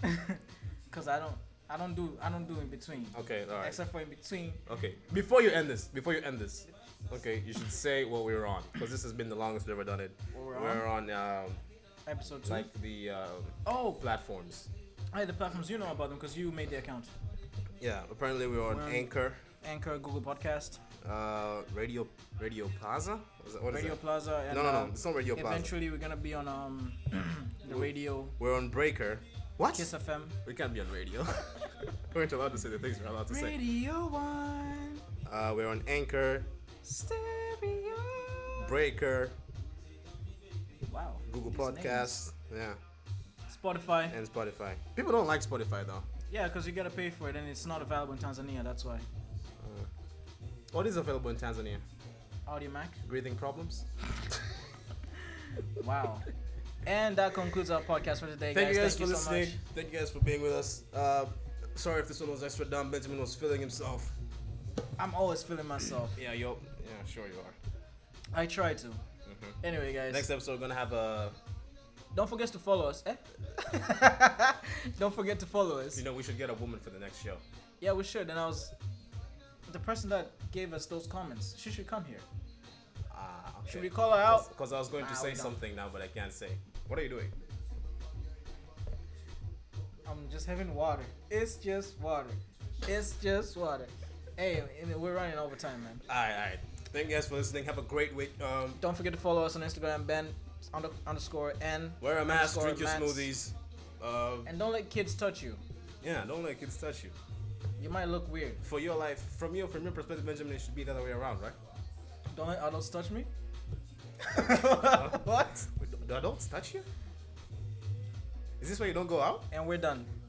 Speaker 1: cause I don't, I don't do, I don't do in between,
Speaker 2: Okay, all right.
Speaker 1: except for in between.
Speaker 2: Okay. Before you end this, before you end this, okay, you should say what we're on because this has been the longest we've ever done it.
Speaker 1: What
Speaker 2: We're
Speaker 1: we're
Speaker 2: on, um,
Speaker 1: Episode two.
Speaker 2: like the uh,
Speaker 1: oh,
Speaker 2: platforms.
Speaker 1: hey, the platforms you know about them, cause you made the account.
Speaker 2: Yeah. Apparently, we're on
Speaker 1: We're on-
Speaker 2: Anchor,
Speaker 1: Anchor, Google Podcast,
Speaker 2: uh, Radio, Radio Plaza. Is that, what is
Speaker 1: Radio
Speaker 2: it?
Speaker 1: Plaza, and
Speaker 2: No, no, no.
Speaker 1: um,
Speaker 2: It's not Radio Plaza.
Speaker 1: eventually we're gonna be on um the radio,
Speaker 2: We're on Breaker. What?
Speaker 1: Kiss FM.
Speaker 2: We can't be on radio. we aren't allowed to say the things we're allowed to say.
Speaker 1: Radio One
Speaker 2: Uh, we're on Anchor,
Speaker 1: Stereo.
Speaker 2: Breaker,
Speaker 1: Wow.
Speaker 2: Google
Speaker 1: these
Speaker 2: Podcasts, yeah,
Speaker 1: names. Spotify.
Speaker 2: and Spotify. People don't like Spotify though.
Speaker 1: Yeah, because you gotta pay for it, and it's not available in Tanzania. That's why.
Speaker 2: What is available in Tanzania?
Speaker 1: Audio Mac.
Speaker 2: Breathing problems.
Speaker 1: Wow. and that concludes our podcast for today,
Speaker 2: Thank
Speaker 1: guys.
Speaker 2: you guys
Speaker 1: Thank
Speaker 2: for
Speaker 1: you so
Speaker 2: listening.
Speaker 1: much.
Speaker 2: Thank you guys for being with us. Uh, sorry if this one was extra dumb. Benjamin was feeling himself.
Speaker 1: I'm always feeling myself.
Speaker 2: Yeah, yo. Yeah, sure you are.
Speaker 1: I try to. Anyway, guys.
Speaker 2: Mm-hmm. Next episode, we're gonna have a.
Speaker 1: Don't forget to follow us. Eh? Don't forget to follow us.
Speaker 2: You know, we should get a woman for the next show.
Speaker 1: Yeah, we should. And I was the person that gave us those comments. She should come here.
Speaker 2: Ah,
Speaker 1: Should we call her out?
Speaker 2: Because I was going to
Speaker 1: Nah,
Speaker 2: say
Speaker 1: we don't.
Speaker 2: something now, but I can't say. What are you doing?
Speaker 1: I'm just having water. It's just water. It's just water. Hey, and we're running over time, man.
Speaker 2: All right, all right. Thank you guys for listening. Have a great week. Um,
Speaker 1: Don't forget to follow us on Instagram, Ben under, underscore N.
Speaker 2: wear a mask,
Speaker 1: Underscore
Speaker 2: drink your
Speaker 1: Mats.
Speaker 2: smoothies. Uh,
Speaker 1: And don't let kids touch you.
Speaker 2: yeah, don't let kids touch you.
Speaker 1: You might look weird.
Speaker 2: For your life, from your from your perspective, Benjamin, it should be the other way around, right?
Speaker 1: Don't let adults touch me.
Speaker 2: what? Do adults touch you? Is this why you don't go out?
Speaker 1: And we're done.